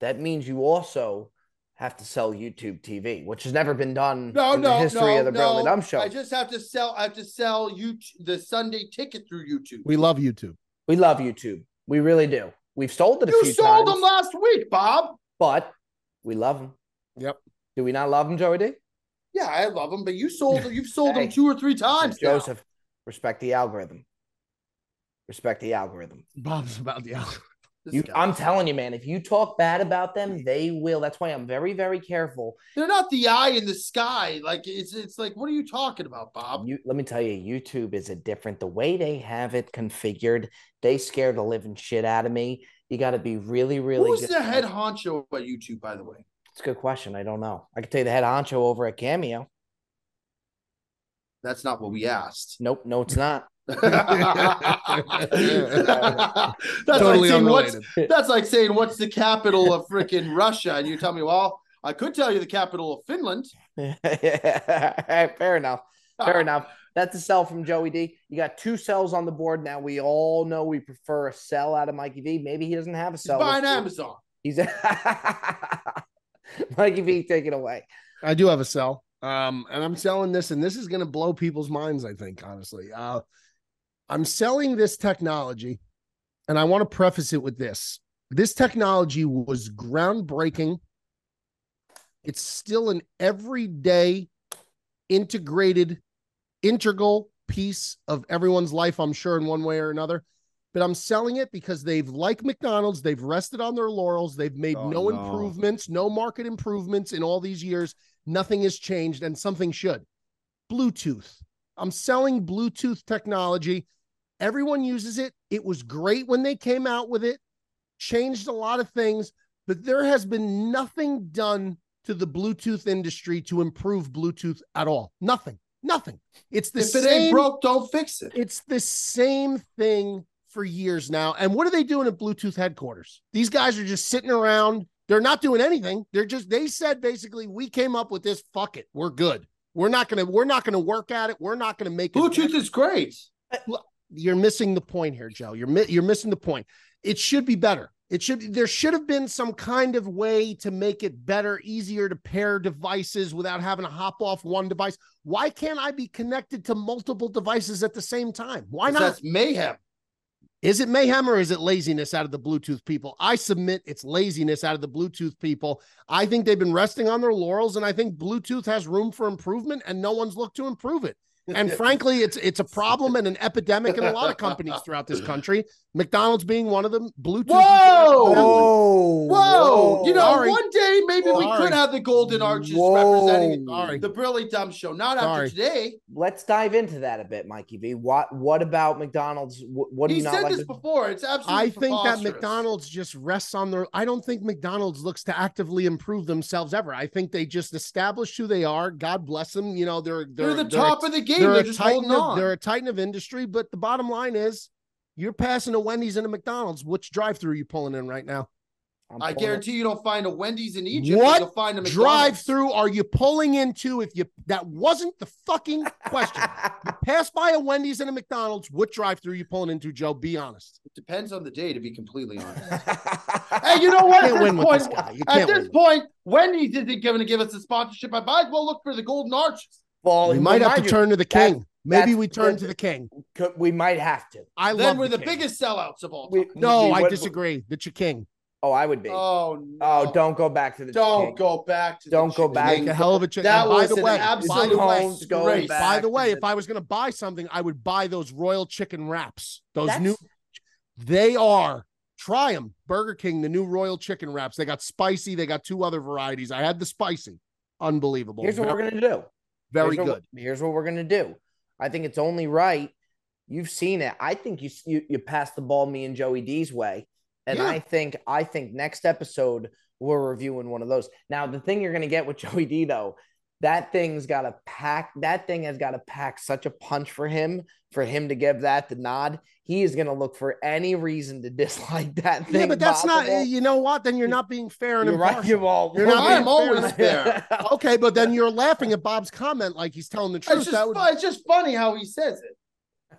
Speaker 1: that means you also have to sell YouTube TV, which has never been done
Speaker 2: No,
Speaker 1: in
Speaker 2: no,
Speaker 1: the history
Speaker 2: no,
Speaker 1: of the Berlin
Speaker 2: no.
Speaker 1: Dumb Show.
Speaker 2: I just have to sell. I have to sell you the Sunday ticket through YouTube.
Speaker 3: We love YouTube.
Speaker 1: we love YouTube. We really do. We've sold it a
Speaker 2: you
Speaker 1: few
Speaker 2: sold
Speaker 1: times,
Speaker 2: them last week, Bob.
Speaker 1: but we love them.
Speaker 3: Yep.
Speaker 1: Do we not love them, Joey D?
Speaker 2: Yeah, I love them, but you sold them. You've sold
Speaker 1: Hey.
Speaker 2: them two or three times. now.
Speaker 1: Joseph, respect the algorithm. Respect the algorithm.
Speaker 3: Bob's about the hour.
Speaker 2: This
Speaker 1: You,
Speaker 2: guy.
Speaker 1: I'm telling you, man, if you talk bad about them, they will. That's why I'm very, very careful
Speaker 2: They're not the eye in the sky. Like it's it's like what are you talking about, Bob?
Speaker 1: You, let me tell you, YouTube is a different. The way they have it configured, they scare the living shit out of me. You got to be really, really.
Speaker 2: Who's
Speaker 1: good-
Speaker 2: the head honcho at YouTube, by the way?
Speaker 1: It's a good question. I don't know. I could tell you the head honcho over at Cameo.
Speaker 2: That's not what we asked.
Speaker 1: Nope, no, it's not.
Speaker 2: that's like
Speaker 3: totally
Speaker 2: saying, what's,
Speaker 3: unrelated.
Speaker 2: that's like saying what's the capital of freaking Russia, and you tell me, well, I could tell you the capital of Finland.
Speaker 1: Fair enough. Fair enough. That's a sell from Joey D. You got two sells on the board now. We all know we prefer a sell out of Mikey V. Maybe he doesn't have a
Speaker 2: He's
Speaker 1: sell.
Speaker 2: buying
Speaker 1: this week.
Speaker 2: Amazon.
Speaker 1: He's Mikey V. Take it away.
Speaker 3: I do have a cell. Um, and I'm selling this, and this is gonna blow people's minds, I think, honestly. Uh I'm selling this technology, and I want to preface it with this. This technology was groundbreaking It's still an everyday, integrated, integral piece of everyone's life, I'm sure, in one way or another. But I'm selling it because they've, like McDonald's, they've rested on their laurels. They've made
Speaker 2: Oh,
Speaker 3: no
Speaker 2: no.
Speaker 3: improvements, no market improvements in all these years. Nothing has changed, and something should. Bluetooth. I'm selling Bluetooth technology. Everyone uses it. It was great when they came out with it, changed a lot of things, but there has been nothing done to the Bluetooth industry to improve Bluetooth at all. Nothing. Nothing. It's the
Speaker 2: If it ain't
Speaker 3: same.
Speaker 2: broke, don't fix it.
Speaker 3: it's the same thing for years now. And what are they doing at Bluetooth headquarters? These guys are just sitting around. They're not doing anything. They're just they said basically we came up with this. Fuck it. We're good. We're not gonna we're not gonna work at it. We're not gonna make it.
Speaker 2: Bluetooth is great.
Speaker 3: you're missing the point here, Joe. You're mi- you're missing the point. It should be better. It should there should have been some kind of way to make it better, easier to pair devices without having to hop off one device. Why can't I be connected to multiple devices at the same time? Why
Speaker 2: 'Cause
Speaker 3: not?
Speaker 2: That's mayhem.
Speaker 3: Is it mayhem or is it laziness out of the Bluetooth people? I submit it's laziness out of the Bluetooth people. I think they've been resting on their laurels, and I think Bluetooth has room for improvement, and no one's looked to improve it. And frankly, it's it's a problem and an epidemic in a lot of companies throughout this country. McDonald's being one of them. Bluetooth.
Speaker 2: Whoa! Oh,
Speaker 1: Whoa,
Speaker 2: Whoa! You know,
Speaker 3: Sorry.
Speaker 2: one day maybe we
Speaker 3: Sorry.
Speaker 2: could have the Golden Arches
Speaker 1: Whoa.
Speaker 2: representing
Speaker 3: Sorry.
Speaker 2: the Brilly Dumb Show. Not
Speaker 3: Sorry.
Speaker 2: after today.
Speaker 1: let's dive into that a bit, Mikey V. What what about McDonald's? What, what do
Speaker 2: He
Speaker 1: you not
Speaker 2: said
Speaker 1: like?
Speaker 2: this before. It's absolutely.
Speaker 3: I think that
Speaker 2: preposterous.
Speaker 3: McDonald's just rests on their. I don't think McDonald's looks to actively improve themselves ever. I think they just establish who they are. God bless them. You know, they're
Speaker 2: They're, the
Speaker 3: they're, they're
Speaker 2: top of the game.
Speaker 3: they're,
Speaker 2: They're,
Speaker 3: a
Speaker 2: just
Speaker 3: titan
Speaker 2: holding
Speaker 3: of,
Speaker 2: on.
Speaker 3: they're a titan of industry, but the bottom line is you're passing a Wendy's and a McDonald's. Which drive through you pulling in right now?
Speaker 1: I'm
Speaker 2: I
Speaker 1: pulling it-
Speaker 2: guarantee you don't find a Wendy's in Egypt.
Speaker 3: What
Speaker 2: But you'll find a
Speaker 3: Drive
Speaker 2: McDonald's.
Speaker 3: through are you pulling into if you that wasn't the fucking question. Pass by a Wendy's and a McDonald's. What drive through you pulling into, Joe? Be honest.
Speaker 2: It depends on the day, to be completely honest. hey, you know
Speaker 3: You
Speaker 2: what? At
Speaker 3: can't
Speaker 2: this
Speaker 3: win with this
Speaker 2: point,
Speaker 3: guy. You
Speaker 2: at
Speaker 3: can't
Speaker 2: this
Speaker 3: win.
Speaker 2: point, Wendy's isn't going to give us a sponsorship. I might as well look for the Golden Arches.
Speaker 1: Well,
Speaker 3: We might have
Speaker 1: mind
Speaker 3: to
Speaker 1: you,
Speaker 3: turn to the
Speaker 1: that's-
Speaker 3: king. Maybe
Speaker 1: that's-
Speaker 3: we turn to the king.
Speaker 1: could- We might have to.
Speaker 3: I love
Speaker 2: Then we're
Speaker 3: the
Speaker 2: the
Speaker 3: king.
Speaker 2: biggest sellouts of all
Speaker 1: We-
Speaker 2: time.
Speaker 3: No,
Speaker 1: we-
Speaker 3: I
Speaker 1: what-
Speaker 3: disagree. That you're king.
Speaker 1: Oh, I would be. Oh,
Speaker 2: Oh no!
Speaker 1: don't go back to the.
Speaker 2: Don't
Speaker 1: king.
Speaker 2: go back to the
Speaker 1: Don't go
Speaker 2: chicken
Speaker 1: back.
Speaker 2: wing.
Speaker 3: Make a hell of a chick.
Speaker 2: That
Speaker 3: and by
Speaker 2: was
Speaker 3: the
Speaker 2: an
Speaker 3: way, by the
Speaker 2: absolute
Speaker 3: way-
Speaker 1: Mahomes going
Speaker 2: disgrace.
Speaker 1: back.
Speaker 3: By the way,
Speaker 1: to
Speaker 3: if I was going to buy something, I would buy those royal chicken wraps. Those
Speaker 1: That's-
Speaker 3: new, they are. Try them. Burger King, the new royal chicken wraps. They got spicy. They got two other varieties. I had the spicy. Unbelievable.
Speaker 1: Here's what
Speaker 3: very
Speaker 1: we're gonna do. Here's
Speaker 3: very good.
Speaker 1: what- here's what we're gonna do. I think it's only right. You've seen it. I think you you, you passed the ball me and Joey D's way, and
Speaker 3: Yeah.
Speaker 1: I think I think next episode we're reviewing one of those. Now the thing you're gonna get with Joey D though, that thing's got to pack. That thing has got to pack such a punch for him for him to give that the nod. He is gonna look for any reason to dislike that thing.
Speaker 3: yeah, but that's
Speaker 1: possible.
Speaker 3: not. You know what? Then you're not being fair and
Speaker 1: You're right.
Speaker 3: impartial.
Speaker 1: You've all.
Speaker 3: You're
Speaker 2: Well,
Speaker 3: not being
Speaker 2: I'm always there.
Speaker 1: fair.
Speaker 3: Okay, but then you're laughing at Bob's comment like he's telling the truth.
Speaker 2: It's just,
Speaker 3: that would,
Speaker 2: fu- it's just funny how he says it.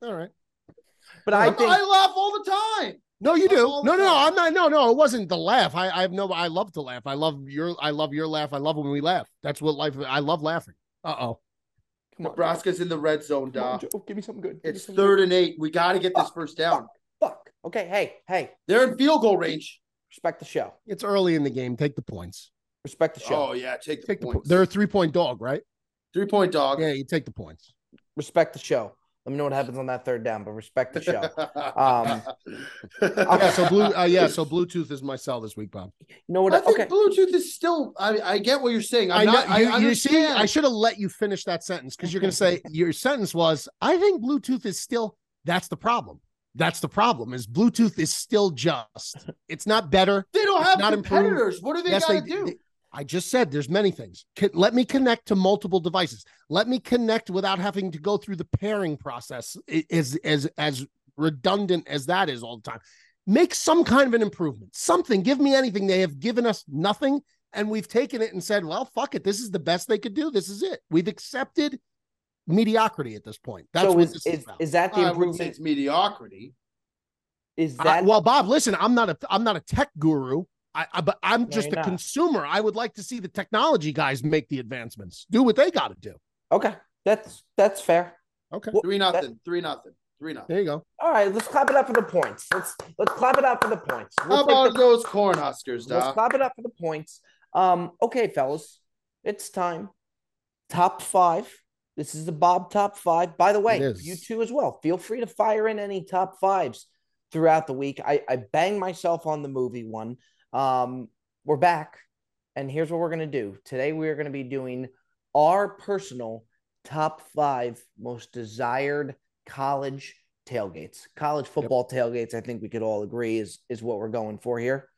Speaker 3: all right.
Speaker 1: but I
Speaker 2: I'm-
Speaker 1: think
Speaker 2: I laugh all the time.
Speaker 3: No, you do. No,
Speaker 2: all the
Speaker 3: no, no.
Speaker 2: time.
Speaker 3: I'm not. No, no. It wasn't the laugh. I, I have no. I love to laugh. I love your. I love your laugh. I love when we laugh. That's what life. I love laughing. Uh oh.
Speaker 1: Come on,
Speaker 2: Nebraska's in the red zone,
Speaker 1: Come on,
Speaker 2: Doc.
Speaker 1: Joe, give me something good. Give me
Speaker 2: It's
Speaker 1: something good.
Speaker 2: third and eight. We got to get this first down.
Speaker 1: Fuck. Okay. Hey, hey,
Speaker 2: They're in field goal range.
Speaker 1: respect the show.
Speaker 3: It's early in the game. Take the points.
Speaker 1: Respect the show.
Speaker 2: Oh yeah, take the
Speaker 3: Take the. Po-
Speaker 2: points.
Speaker 3: they're a three point dog, right?
Speaker 2: three point dog.
Speaker 3: Yeah, you take the points.
Speaker 1: Respect the show. Let me know what happens on that third down, but respect the show. Um,
Speaker 3: Yeah. So blue. Uh, yeah. So Bluetooth is my sell this week, Bob.
Speaker 1: You know what?
Speaker 2: I think
Speaker 1: Okay.
Speaker 2: Bluetooth is still. I, I get what you're saying. I'm
Speaker 3: I know.
Speaker 2: not. I
Speaker 3: you, you see,
Speaker 2: understand.
Speaker 3: I should have let you finish that sentence because you're going to say your sentence was. I think Bluetooth is still. That's the problem. That's the problem. Is Bluetooth is still just. It's not better.
Speaker 2: they don't
Speaker 3: It's
Speaker 2: have
Speaker 3: not improved.
Speaker 2: competitors. What do they got to do?
Speaker 3: they- I just said there's many things. Can, let me connect to multiple devices. Let me connect without having to go through the pairing process. I- Is as as redundant as that is all the time. Make some kind of an improvement. Something. Give me anything. They have given us nothing, and we've taken it and said, "Well, fuck it. This is the best they could do. This is it." We've accepted mediocrity at this point. That's
Speaker 1: so
Speaker 3: what
Speaker 1: is,
Speaker 3: this is
Speaker 1: is,
Speaker 3: about.
Speaker 1: is that the
Speaker 2: I wouldn't say
Speaker 1: improvement?
Speaker 2: it's mediocrity.
Speaker 1: Is
Speaker 3: I-
Speaker 1: that
Speaker 3: well, Bob, listen, I'm not a I'm not a tech guru. I, I but I'm just
Speaker 1: you're
Speaker 3: a
Speaker 1: not.
Speaker 3: consumer. I would like to see the technology guys make the advancements, do what they got to do.
Speaker 1: okay? That's that's fair.
Speaker 3: Okay,
Speaker 1: Well,
Speaker 2: Three nothing. Three nothing. Three nothing.
Speaker 3: there you go.
Speaker 1: All right. Let's clap it up for the points. Let's let's clap it up for the points. We'll
Speaker 2: How
Speaker 1: take
Speaker 2: about
Speaker 1: the-
Speaker 2: those corn huskers,
Speaker 1: let's
Speaker 2: Doc?
Speaker 1: clap it up for the points. Um, okay, fellas, it's time. Top five. This is the Bob top five. By the way,
Speaker 3: is.
Speaker 1: you two as well. Feel free to fire in any top fives throughout the week. I, I banged myself on the movie one. Um, we're back, and here's what we're gonna do today. We are gonna be doing our personal top five most desired college tailgates. College football tailgates, I think we could all agree is is what we're going for here.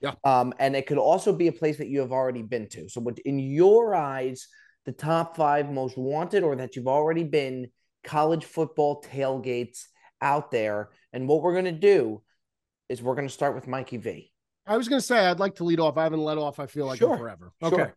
Speaker 3: Yeah.
Speaker 1: Um, and it could also be a place that you have already been to. So what in your eyes, the top five most wanted or that you've already been college football tailgates out there. And what we're gonna do is we're gonna start with Mikey V.
Speaker 3: I was going to say I'd like to lead off. I haven't led off. I feel like in
Speaker 1: Sure.
Speaker 3: forever.
Speaker 1: Sure.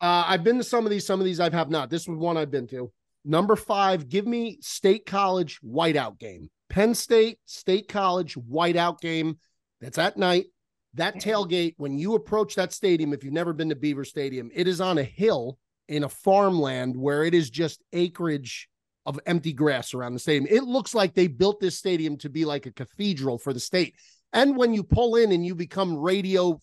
Speaker 3: Uh, I've been to some of these. Some of these I've have not. This was one I've been to. Number five. Give me State College whiteout game. Penn State State College whiteout game. That's at night. That tailgate when you approach that stadium. If you've never been to Beaver Stadium, it is on a hill in a farmland where it is just acreage of empty grass around the stadium. It looks like they built this stadium to be like a cathedral for the state. And when you pull in and you become radio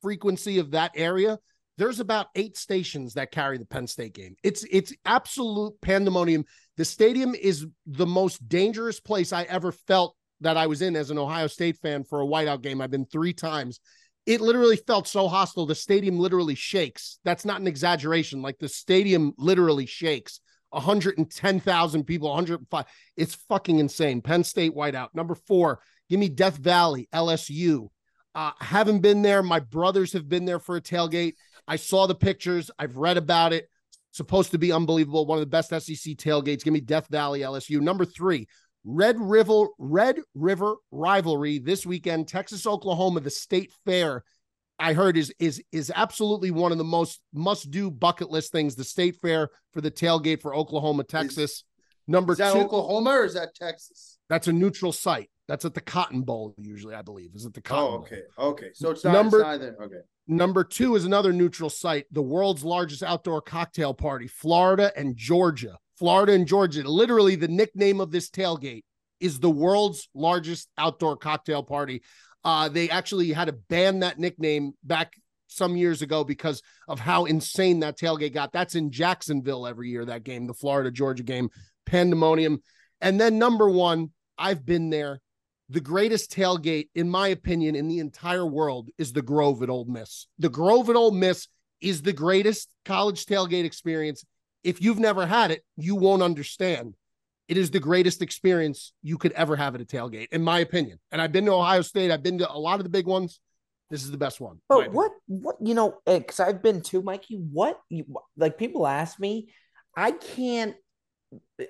Speaker 3: frequency of that area, there's about eight stations that carry the Penn State game. It's it's absolute pandemonium. The stadium is the most dangerous place I ever felt that I was in as an Ohio State fan for a whiteout game. I've been three times. It literally felt so hostile. The stadium literally shakes. That's not an exaggeration. Like the stadium literally shakes. 110,000 people, 105. It's fucking insane. Penn State whiteout. Number four, give me Death Valley, LSU. Uh, haven't been there. My brothers have been there for a tailgate. I saw the pictures. I've read about it. Supposed to be unbelievable. One of the best SEC tailgates. Give me Death Valley, LSU. Number three, Red River Red River rivalry this weekend. Texas, Oklahoma, the State Fair. I heard is is is absolutely one of the most must do bucket list things. The State Fair for the tailgate for Oklahoma, Texas. Number
Speaker 2: Is that
Speaker 3: two,
Speaker 2: Oklahoma or is that Texas?
Speaker 3: that's a neutral site. That's at the Cotton Bowl usually, I believe. Is it the Cotton
Speaker 2: Oh,
Speaker 3: Bowl?
Speaker 2: okay, okay. So it's not
Speaker 3: Number-
Speaker 2: It's neither. Okay.
Speaker 3: Number two is another neutral site, the world's largest outdoor cocktail party, Florida and Georgia. Florida and Georgia. Literally, the nickname of this tailgate is the world's largest outdoor cocktail party. Uh, they actually had to ban that nickname back some years ago because of how insane that tailgate got. That's in Jacksonville every year, that game, the Florida Georgia game, pandemonium. And then number one, I've been there the greatest tailgate, in my opinion, in the entire world is the Grove at Old Miss. The Grove at Old Miss is the greatest college tailgate experience. If you've never had it, you won't understand. It is the greatest experience you could ever have at a tailgate, in my opinion. And I've been to Ohio State, I've been to a lot of the big ones. This is the best one. in my
Speaker 1: But
Speaker 3: opinion.
Speaker 1: what, what you know, because I've been too, Mikey. What you like? People ask me, I can't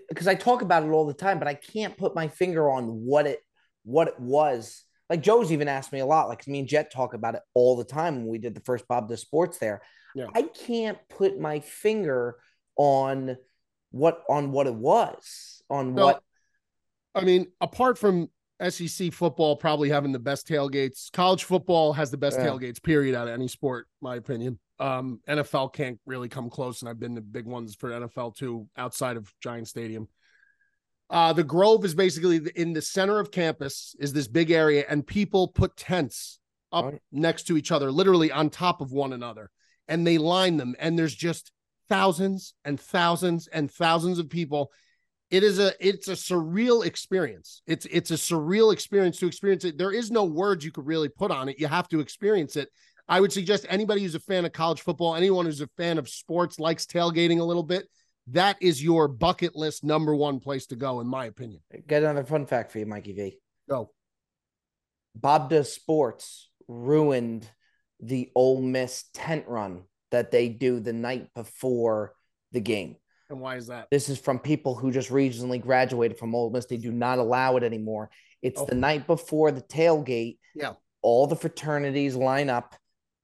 Speaker 1: because I talk about it all the time, but I can't put my finger on what it what it was. Like Joe's even asked me a lot. Like 'cause me and Jet talk about it all the time when we did the first Bob the Sports there.
Speaker 3: Yeah.
Speaker 1: I can't put my finger on what on what it was on
Speaker 3: So,
Speaker 1: what
Speaker 3: I mean, apart from SEC football probably having the best tailgates, college football has the best
Speaker 1: Yeah.
Speaker 3: tailgates, period, out of any sport, my opinion. Um, NFL can't really come close, and I've been to big ones for NFL too, outside of Giant Stadium. Uh, the Grove is basically the- in the center of campus, is this big area, and people put tents up
Speaker 1: Right.
Speaker 3: next to each other, literally on top of one another, and they line them, and there's just thousands and thousands and thousands of people it is a it's a surreal experience it's it's a surreal experience to experience it there is no words you could really put on it you have to experience it i would suggest anybody who's a fan of college football anyone who's a fan of sports likes tailgating a little bit that is your bucket list number one place to go in my opinion
Speaker 1: get another fun fact for you, Mikey V.
Speaker 3: go
Speaker 1: Bob does sports ruined the Ole Miss tent run that they do the night before the game.
Speaker 3: and why is that
Speaker 1: This is from people who just recently graduated from Ole Miss. They do not allow it anymore. It's
Speaker 3: Oh.
Speaker 1: the night before the tailgate.
Speaker 3: Yeah.
Speaker 1: All the fraternities line up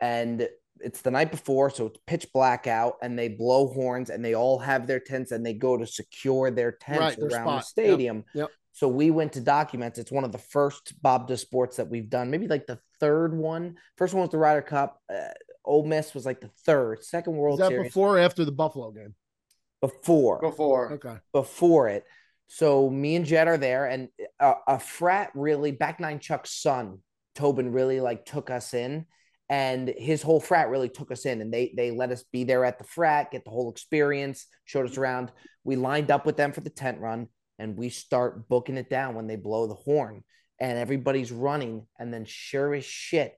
Speaker 1: and it's the night before, so it's pitch black out, and they blow horns and they all have their tents and they go to secure their tents
Speaker 3: Right, their
Speaker 1: around the
Speaker 3: spot. Yep,
Speaker 1: stadium.
Speaker 3: yep.
Speaker 1: So we went to documents. It's one of the first Bob to sports that we've done, maybe like the third one. First one was the Ryder Cup. Uh, Ole Miss was like the third, second
Speaker 3: is
Speaker 1: World
Speaker 3: that
Speaker 1: Series
Speaker 3: before or after the buffalo game
Speaker 1: before
Speaker 2: Before.
Speaker 3: okay
Speaker 1: before it. So me and Jed are there, and a, a frat really back nine Chuck's son Tobin really like took us in, and his whole frat really took us in and they they let us be there at the frat get the whole experience showed us around we lined up with them for the tent run and we start booking it down when they blow the horn and everybody's running and then sure as shit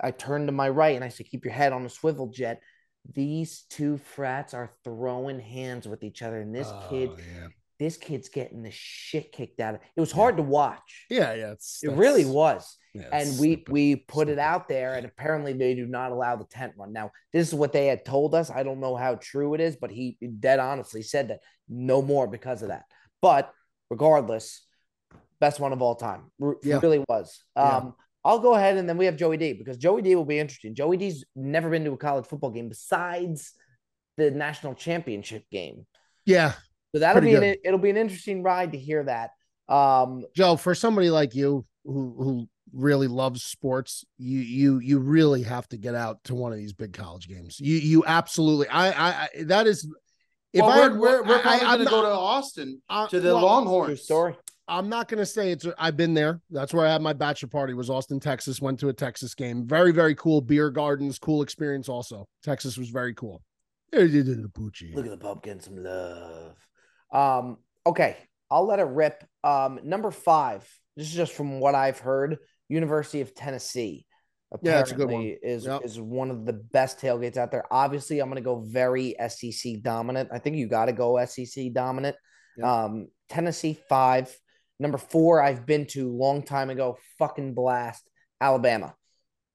Speaker 1: i turn to my right and i say keep your head on a swivel jet these two frats are throwing hands with each other and this
Speaker 3: Oh,
Speaker 1: kid
Speaker 3: Yeah.
Speaker 1: this kid's getting the shit kicked out of it was hard to watch
Speaker 3: Yeah. yeah it's,
Speaker 1: it
Speaker 3: that's-
Speaker 1: really was
Speaker 3: yeah,
Speaker 1: and
Speaker 3: it's
Speaker 1: we
Speaker 3: stupid.
Speaker 1: we put it
Speaker 3: Stupid.
Speaker 1: out there and apparently they do not allow the tent run now this is what they had told us i don't know how true it is but he dead honestly said that no more because of that but regardless best one of all time R-
Speaker 3: Yeah.
Speaker 1: really was
Speaker 3: Yeah.
Speaker 1: um i'll go ahead and then we have joey d because joey d will be interesting joey d's never been to a college football game besides the national championship game
Speaker 3: Yeah.
Speaker 1: so that'll
Speaker 3: Pretty
Speaker 1: be an, it'll be an interesting ride to hear that um
Speaker 3: Joe, for somebody like you who who really loves sports, you you you really have to get out to one of these big college games. You you absolutely. I I, I that is. If
Speaker 2: well,
Speaker 3: I
Speaker 2: we're, we're, we're
Speaker 3: I-
Speaker 2: probably
Speaker 3: I'm
Speaker 2: going to
Speaker 3: not-
Speaker 2: go to Austin
Speaker 3: I-
Speaker 2: to the
Speaker 3: well,
Speaker 1: true
Speaker 2: Longhorns.
Speaker 1: story
Speaker 3: I'm not going to say it's. I've been there. That's where I had my bachelor party. Was Austin, Texas. Went to a Texas game. Very very cool. Beer gardens. Cool experience. Also, Texas was very cool. They did it in the Pucci.
Speaker 1: Look at the pumpkin, some love. Um, okay, I'll let it rip. Um, number five. This is just from what I've heard. University of Tennessee.
Speaker 3: Yeah, that's a good one.
Speaker 1: apparently Is
Speaker 3: Yep.
Speaker 1: is one of the best tailgates out there. Obviously, I'm going to go very SEC dominant. I think you got to go SEC dominant.
Speaker 3: Yep.
Speaker 1: Um, Tennessee five. Number four, I've been to long time ago. Fucking blast. Alabama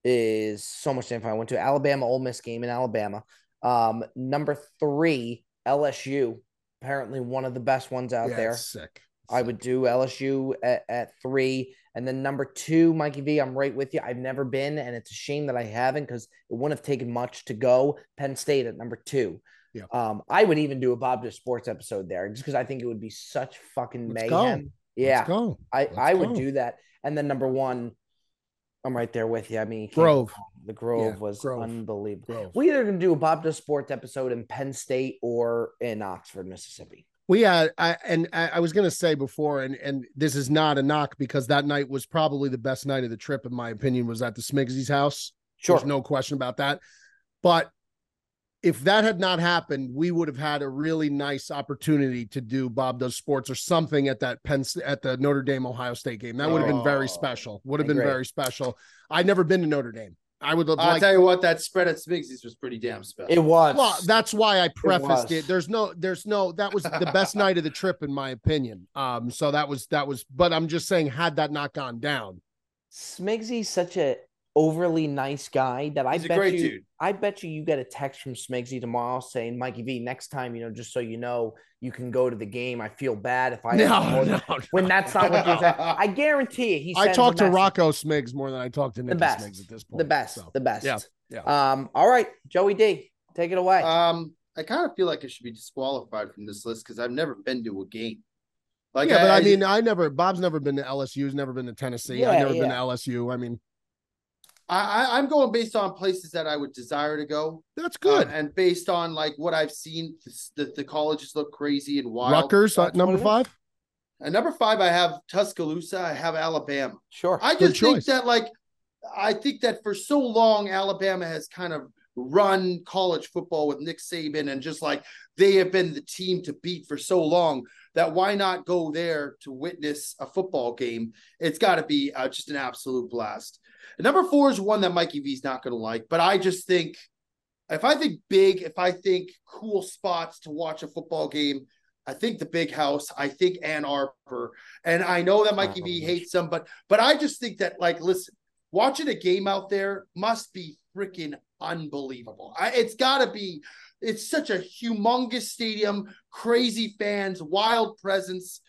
Speaker 1: is so much info. I went to Alabama Ole Miss game in Alabama. Um, number three, LSU. Apparently, one of the best ones out
Speaker 3: Yeah,
Speaker 1: there.
Speaker 3: it's sick.
Speaker 1: I would do LSU at, at three. And then number two, Mikey V, I'm right with you. I've never been, and it's a shame that I haven't because it wouldn't have taken much to go. Penn State at number two.
Speaker 3: Yeah.
Speaker 1: Um, I would even do a Bob Just Sports episode there just because I think it would be such fucking
Speaker 3: Let's go.
Speaker 1: mayhem. Yeah.
Speaker 3: Let's go.
Speaker 1: I,
Speaker 3: Let's
Speaker 1: I would
Speaker 3: go.
Speaker 1: do that. And then number one, I'm right there with you. I mean, you can't-
Speaker 3: Grove.
Speaker 1: the Grove
Speaker 3: Yeah,
Speaker 1: was
Speaker 3: Grove.
Speaker 1: unbelievable.
Speaker 3: Grove.
Speaker 1: We either gonna do a Bob Does Sports episode in Penn State or in Oxford, Mississippi.
Speaker 3: We had, I, and I, I was going to say before, and and this is not a knock because that night was probably the best night of the trip, in my opinion, was at the Smigsy's house.
Speaker 1: Sure.
Speaker 3: There's no question about that. But if that had not happened, we would have had a really nice opportunity to do Bob Does Sports or something at that Penn St- at the Notre Dame Ohio State game. That would have been very
Speaker 2: Oh,
Speaker 3: special. Would have been
Speaker 1: agree.
Speaker 3: very special. I'd never been to Notre Dame. I would have
Speaker 2: I'll
Speaker 3: liked
Speaker 2: tell you what, that spread at Smigsy's was pretty damn special.
Speaker 1: It was.
Speaker 3: well, that's why I
Speaker 1: was.
Speaker 3: prefaced it, There's no, there's no. That was the best night of the trip, in my opinion. Um, so that was that was. But I'm just saying, had that not gone down,
Speaker 1: Smigsy's such a overly nice guy that I
Speaker 2: He's a
Speaker 1: bet
Speaker 2: great
Speaker 1: you
Speaker 2: dude.
Speaker 1: I bet you you get a text from Smigsy tomorrow saying, Mikey V, next time, you know, just so you know, you can go to the game. I feel bad if I
Speaker 3: no, no, no.
Speaker 1: when that's not what you're saying. I guarantee you he
Speaker 3: I
Speaker 1: sends a
Speaker 3: talked to
Speaker 1: message.
Speaker 3: Rocco Smigs more than I talked to Nicky
Speaker 1: best.
Speaker 3: Smigs at this point.
Speaker 1: the best.
Speaker 3: So,
Speaker 1: The best.
Speaker 3: yeah, yeah.
Speaker 1: Um, all right, Joey D, take it away.
Speaker 2: Um, I kind of feel like I should be disqualified from this list because I've never been to a game. Like,
Speaker 3: yeah, but I, mean, uh, I never. Bob's never been to LSU. He's never been to Tennessee.
Speaker 1: Yeah,
Speaker 3: I've never
Speaker 1: yeah.
Speaker 3: been to LSU. I mean,
Speaker 2: I, I I'm going based on places that I would desire to go,
Speaker 3: that's good.
Speaker 2: uh, and based on like what I've seen, s- the, the colleges look crazy and wild.
Speaker 3: Rutgers at
Speaker 1: That's
Speaker 3: number
Speaker 1: what it
Speaker 3: five.
Speaker 2: And number five, I have Tuscaloosa. I have Alabama.
Speaker 1: sure.
Speaker 2: I
Speaker 3: Good
Speaker 2: just think
Speaker 3: choice.
Speaker 2: that like I think that for so long Alabama has kind of run college football with Nick Saban and just like they have been the team to beat for so long that why not go there to witness a football game? It's got to be uh, just an absolute blast. Number 4 is one that Mikey V's not going to like, but I just think if I think big, if I think cool spots to watch a football game, I think the big house, I think Ann Arbor. And I know that Mikey V
Speaker 1: Ouch.
Speaker 2: hates them, but but I just think that like listen, watching a game out there must be freaking unbelievable. I, it's got to be it's such a humongous stadium, crazy fans, wild presence.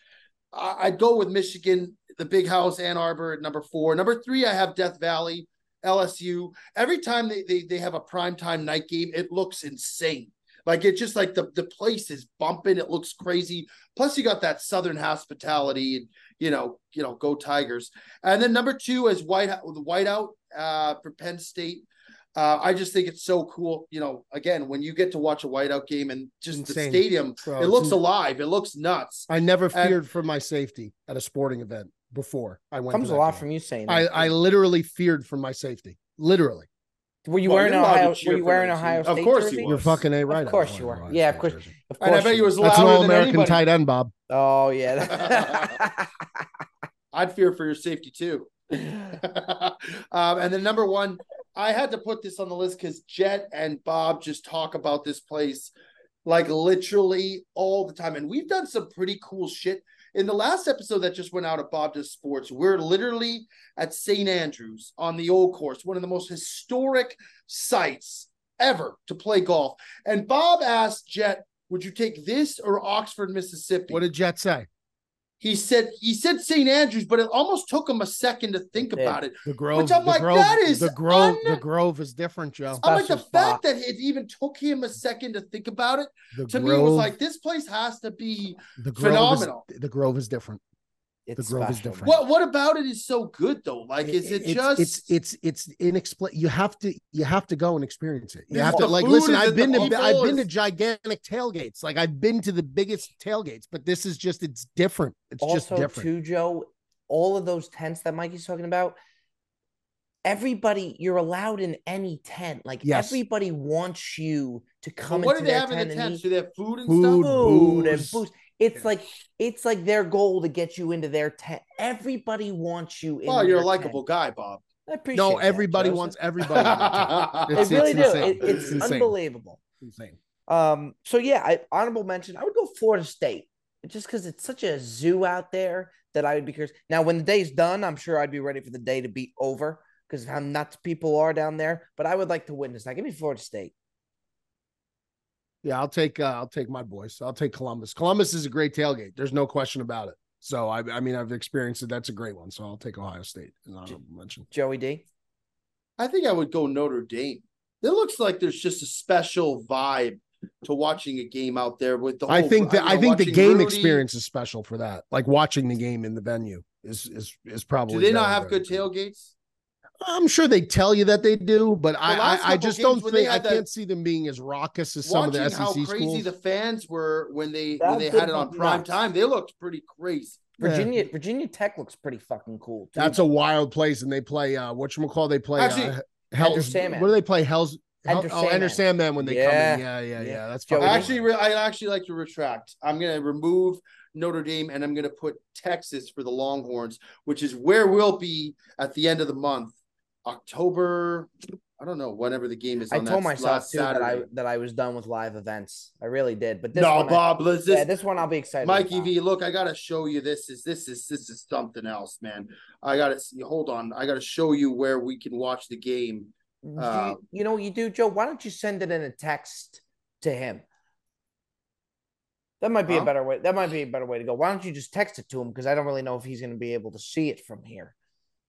Speaker 2: I, I'd go with Michigan, the big house, Ann Arbor at number four. Number three, I have Death Valley, LSU. Every time they, they, they have a primetime night game, it looks insane. Like it's just like the, the place is bumping. It looks crazy. Plus, you got that southern hospitality, and you know, you know, go Tigers. And then number two is white the whiteout uh, for Penn State. Uh, I just think it's so cool. You know, again, when you get to watch a whiteout game and just
Speaker 3: Insane.
Speaker 2: the stadium,
Speaker 3: Bro,
Speaker 2: it
Speaker 3: it's
Speaker 2: looks
Speaker 3: in-
Speaker 2: alive. It looks nuts.
Speaker 3: I never
Speaker 2: and-
Speaker 3: feared for my safety at a sporting event before I went.
Speaker 1: Comes
Speaker 3: to
Speaker 1: a
Speaker 3: that
Speaker 1: lot
Speaker 3: game.
Speaker 1: from you saying that.
Speaker 3: I, I literally feared for my safety. Literally.
Speaker 1: Were you
Speaker 2: Well,
Speaker 1: wearing
Speaker 2: you're allowed to
Speaker 1: Ohio?
Speaker 2: cheer
Speaker 1: Were you
Speaker 2: for
Speaker 1: wearing
Speaker 2: your
Speaker 1: Ohio
Speaker 2: team. Of
Speaker 1: State?
Speaker 2: course you
Speaker 1: jersey?
Speaker 2: were.
Speaker 3: You're fucking a right.
Speaker 1: Of course you were. Yeah, of course. Of
Speaker 2: And I
Speaker 1: course
Speaker 2: bet
Speaker 1: you
Speaker 2: you was
Speaker 3: That's an
Speaker 2: louder
Speaker 3: all
Speaker 2: than
Speaker 3: American
Speaker 2: anybody.
Speaker 3: tight end, Bob.
Speaker 1: were. Oh yeah.
Speaker 2: I'd fear for your safety too. um, and then number one, I had to put this on the list because Jet and Bob just talk about this place like literally all the time. And we've done some pretty cool shit. In the last episode that just went out of Bob Does Sports, we're literally at St. Andrews on the old course, one of the most historic sites ever to play golf. And Bob asked Jet, would you take this or Oxford, Mississippi?
Speaker 3: What did Jet say?
Speaker 2: he said he said St. Andrews, but it almost took him a second to think
Speaker 1: Yeah.
Speaker 2: about it.
Speaker 3: The Grove.
Speaker 2: I'm
Speaker 3: the
Speaker 2: like,
Speaker 3: Grove,
Speaker 2: that is
Speaker 3: the Grove.
Speaker 2: un-
Speaker 3: the Grove is different, Joe.
Speaker 2: I'm like the
Speaker 1: Special spot.
Speaker 2: fact that it even took him a second to think about it
Speaker 3: The
Speaker 2: to
Speaker 3: Grove,
Speaker 2: me was like this place has to be
Speaker 3: the Grove
Speaker 2: phenomenal.
Speaker 3: Is, the Grove is different.
Speaker 1: It's
Speaker 3: The grove is
Speaker 1: special,
Speaker 3: different.
Speaker 1: man.
Speaker 2: what what about it is so good though? Like is it
Speaker 3: it's,
Speaker 2: just
Speaker 3: it's it's it's inexplicable. You have to you have to go and experience it. You
Speaker 2: Is
Speaker 3: have to
Speaker 2: the
Speaker 3: like
Speaker 2: food,
Speaker 3: listen.
Speaker 2: is it
Speaker 3: I've been
Speaker 2: the
Speaker 3: to I've
Speaker 2: people,
Speaker 3: been to
Speaker 2: is-
Speaker 3: gigantic tailgates. Like I've been to the biggest tailgates, but this is just it's different. It's just
Speaker 1: also
Speaker 3: different.
Speaker 1: too, Joe, all of those tents that Mikey's talking about, everybody, you're allowed in any tent. Like
Speaker 3: Yes.
Speaker 1: everybody wants you to
Speaker 2: but
Speaker 1: come
Speaker 2: what do
Speaker 1: into
Speaker 2: they
Speaker 1: their
Speaker 2: have in
Speaker 1: tent
Speaker 2: the
Speaker 1: and
Speaker 2: tents?
Speaker 1: eat
Speaker 2: Do they have food and
Speaker 3: Food,
Speaker 2: stuff?
Speaker 1: food and
Speaker 3: booze.
Speaker 1: booze. It's
Speaker 3: Yeah.
Speaker 1: like it's like their goal to get you into their tent. Everybody wants you. in
Speaker 2: Well, Oh, you're
Speaker 1: their
Speaker 2: a likable guy, Bob.
Speaker 1: tent. I appreciate
Speaker 3: Oh, no,
Speaker 1: that,
Speaker 3: everybody
Speaker 1: Joseph.
Speaker 3: wants everybody. in their tent.
Speaker 1: They
Speaker 3: It's-
Speaker 1: really
Speaker 3: it's
Speaker 1: do.
Speaker 3: insane.
Speaker 1: It- it's
Speaker 3: It's insane.
Speaker 1: unbelievable.
Speaker 3: Insane.
Speaker 1: Um, so yeah, I honorable mention. I would go Florida State just because it's such a zoo out there that I would be curious. Now, when the day's done, I'm sure I'd be ready for the day to be over because of how nuts people are down there. But I would like to witness that. Give me Florida State.
Speaker 3: Yeah, I'll take uh, I'll take my boys. I'll take Columbus. Columbus is a great tailgate. There's no question about it. So I I mean I've experienced it. That's a great one. So I'll take Ohio State. And I'll mention.
Speaker 1: Joey D.
Speaker 2: I think I would go Notre Dame. It looks like there's just a special vibe to watching a game out there with the.
Speaker 3: I
Speaker 2: whole-
Speaker 3: think that
Speaker 2: you
Speaker 3: I
Speaker 2: know,
Speaker 3: think the
Speaker 2: Oh, watching
Speaker 3: game
Speaker 2: Rudy.
Speaker 3: experience is special for that. Like watching the game in the venue is is is probably.
Speaker 2: Do they not
Speaker 3: very,
Speaker 2: have
Speaker 3: very
Speaker 2: good tailgates?
Speaker 3: I'm sure they tell you that they do, but I
Speaker 2: last
Speaker 3: I, I
Speaker 2: couple
Speaker 3: just
Speaker 2: games
Speaker 3: don't
Speaker 2: when they
Speaker 3: think I
Speaker 2: had that-
Speaker 3: can't see them being as raucous as some of
Speaker 2: Watching
Speaker 3: the
Speaker 2: how
Speaker 3: SEC
Speaker 2: crazy
Speaker 3: schools.
Speaker 2: the fans were when they
Speaker 1: That
Speaker 2: when they
Speaker 1: good
Speaker 2: had it on
Speaker 1: fucking
Speaker 2: prime
Speaker 1: nuts.
Speaker 2: time, they looked pretty crazy.
Speaker 3: Yeah.
Speaker 1: Virginia Virginia Tech looks pretty fucking cool. Too.
Speaker 3: That's a wild place, and they play uh, what you call they play
Speaker 2: Actually,
Speaker 3: uh, Hell's.
Speaker 1: Sandman.
Speaker 3: What do they play? Hell's. Hell,
Speaker 1: Enter
Speaker 3: oh, Enter
Speaker 1: Sandman.
Speaker 3: Sandman when they
Speaker 1: Yeah.
Speaker 3: come in. Yeah, yeah, yeah.
Speaker 1: Yeah.
Speaker 3: That's
Speaker 1: Joe,
Speaker 3: fucking
Speaker 2: I
Speaker 1: Okay.
Speaker 2: actually, re- I actually like to retract. I'm gonna remove Notre Dame and I'm gonna put Texas for the Longhorns, which is where we'll be at the end of the month, October. I don't know whenever the game is.
Speaker 1: I
Speaker 2: On
Speaker 1: told
Speaker 2: that
Speaker 1: myself
Speaker 2: last
Speaker 1: too that I
Speaker 2: Saturday.
Speaker 1: that I was done with live events. I really did. But this
Speaker 2: no,
Speaker 1: one I-
Speaker 2: Bob. Let's
Speaker 1: yeah,
Speaker 2: this,
Speaker 1: this one I'll be excited.
Speaker 2: Mikey
Speaker 1: about.
Speaker 2: V. Look, I gotta show you this. Is this is this is something else, man? I gotta see. Hold on, I gotta show you where we can watch the game.
Speaker 1: Do
Speaker 2: Uh,
Speaker 1: you, you know what you do, Joe? Why don't you send it in a text to him? That might be
Speaker 2: Huh?
Speaker 1: a better way. That might be a better way to go. Why don't you just text it to him? Because I don't really know if he's going to be able to see it from here.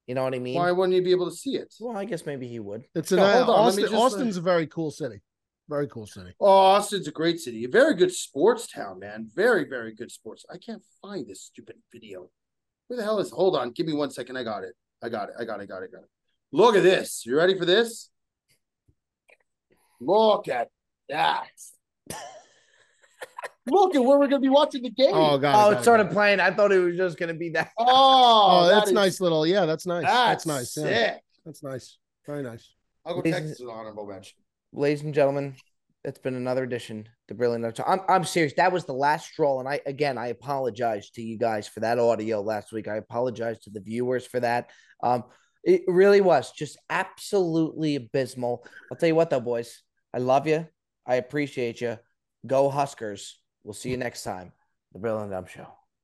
Speaker 1: You know what I mean?
Speaker 2: Why wouldn't you be able to see it?
Speaker 1: Well, I guess maybe he would.
Speaker 3: It's an
Speaker 2: No,
Speaker 3: uh,
Speaker 2: hold on, let me
Speaker 3: Austin,
Speaker 2: just, uh,
Speaker 3: Austin's a very cool city. Very cool city.
Speaker 2: Oh, Austin's a great city. A very good sports town, man. Very, very good sports. I can't find this stupid video. Where the hell is hold on, give me one second. I got it. I got it. I got it. Got it. Got it. Look at this. You ready for this? Look at that. Look at where we're gonna be watching the game.
Speaker 3: Oh
Speaker 2: Oh,
Speaker 3: god.
Speaker 1: Oh,
Speaker 3: god,
Speaker 1: it started
Speaker 3: god.
Speaker 1: playing. I thought it was just going to be that.
Speaker 3: Oh,
Speaker 2: that
Speaker 3: that's
Speaker 2: is-
Speaker 3: nice little. Yeah, that's nice. That's,
Speaker 2: That's,
Speaker 3: nice.
Speaker 2: Sick.
Speaker 3: Yeah, that's nice. Very nice.
Speaker 2: I'll go
Speaker 1: Ladies-
Speaker 2: Texas an honorable mention.
Speaker 1: Ladies and gentlemen, that's been another edition to Brilliant Notes. I'm I'm serious. That was the last straw, and I again I apologize to you guys for that audio last week. I apologize to the viewers for that. Um, it really was just absolutely abysmal. I'll tell you what though, boys, I love you. I appreciate you. Go Huskers. We'll see you next time. The Brilliant Dumb Show.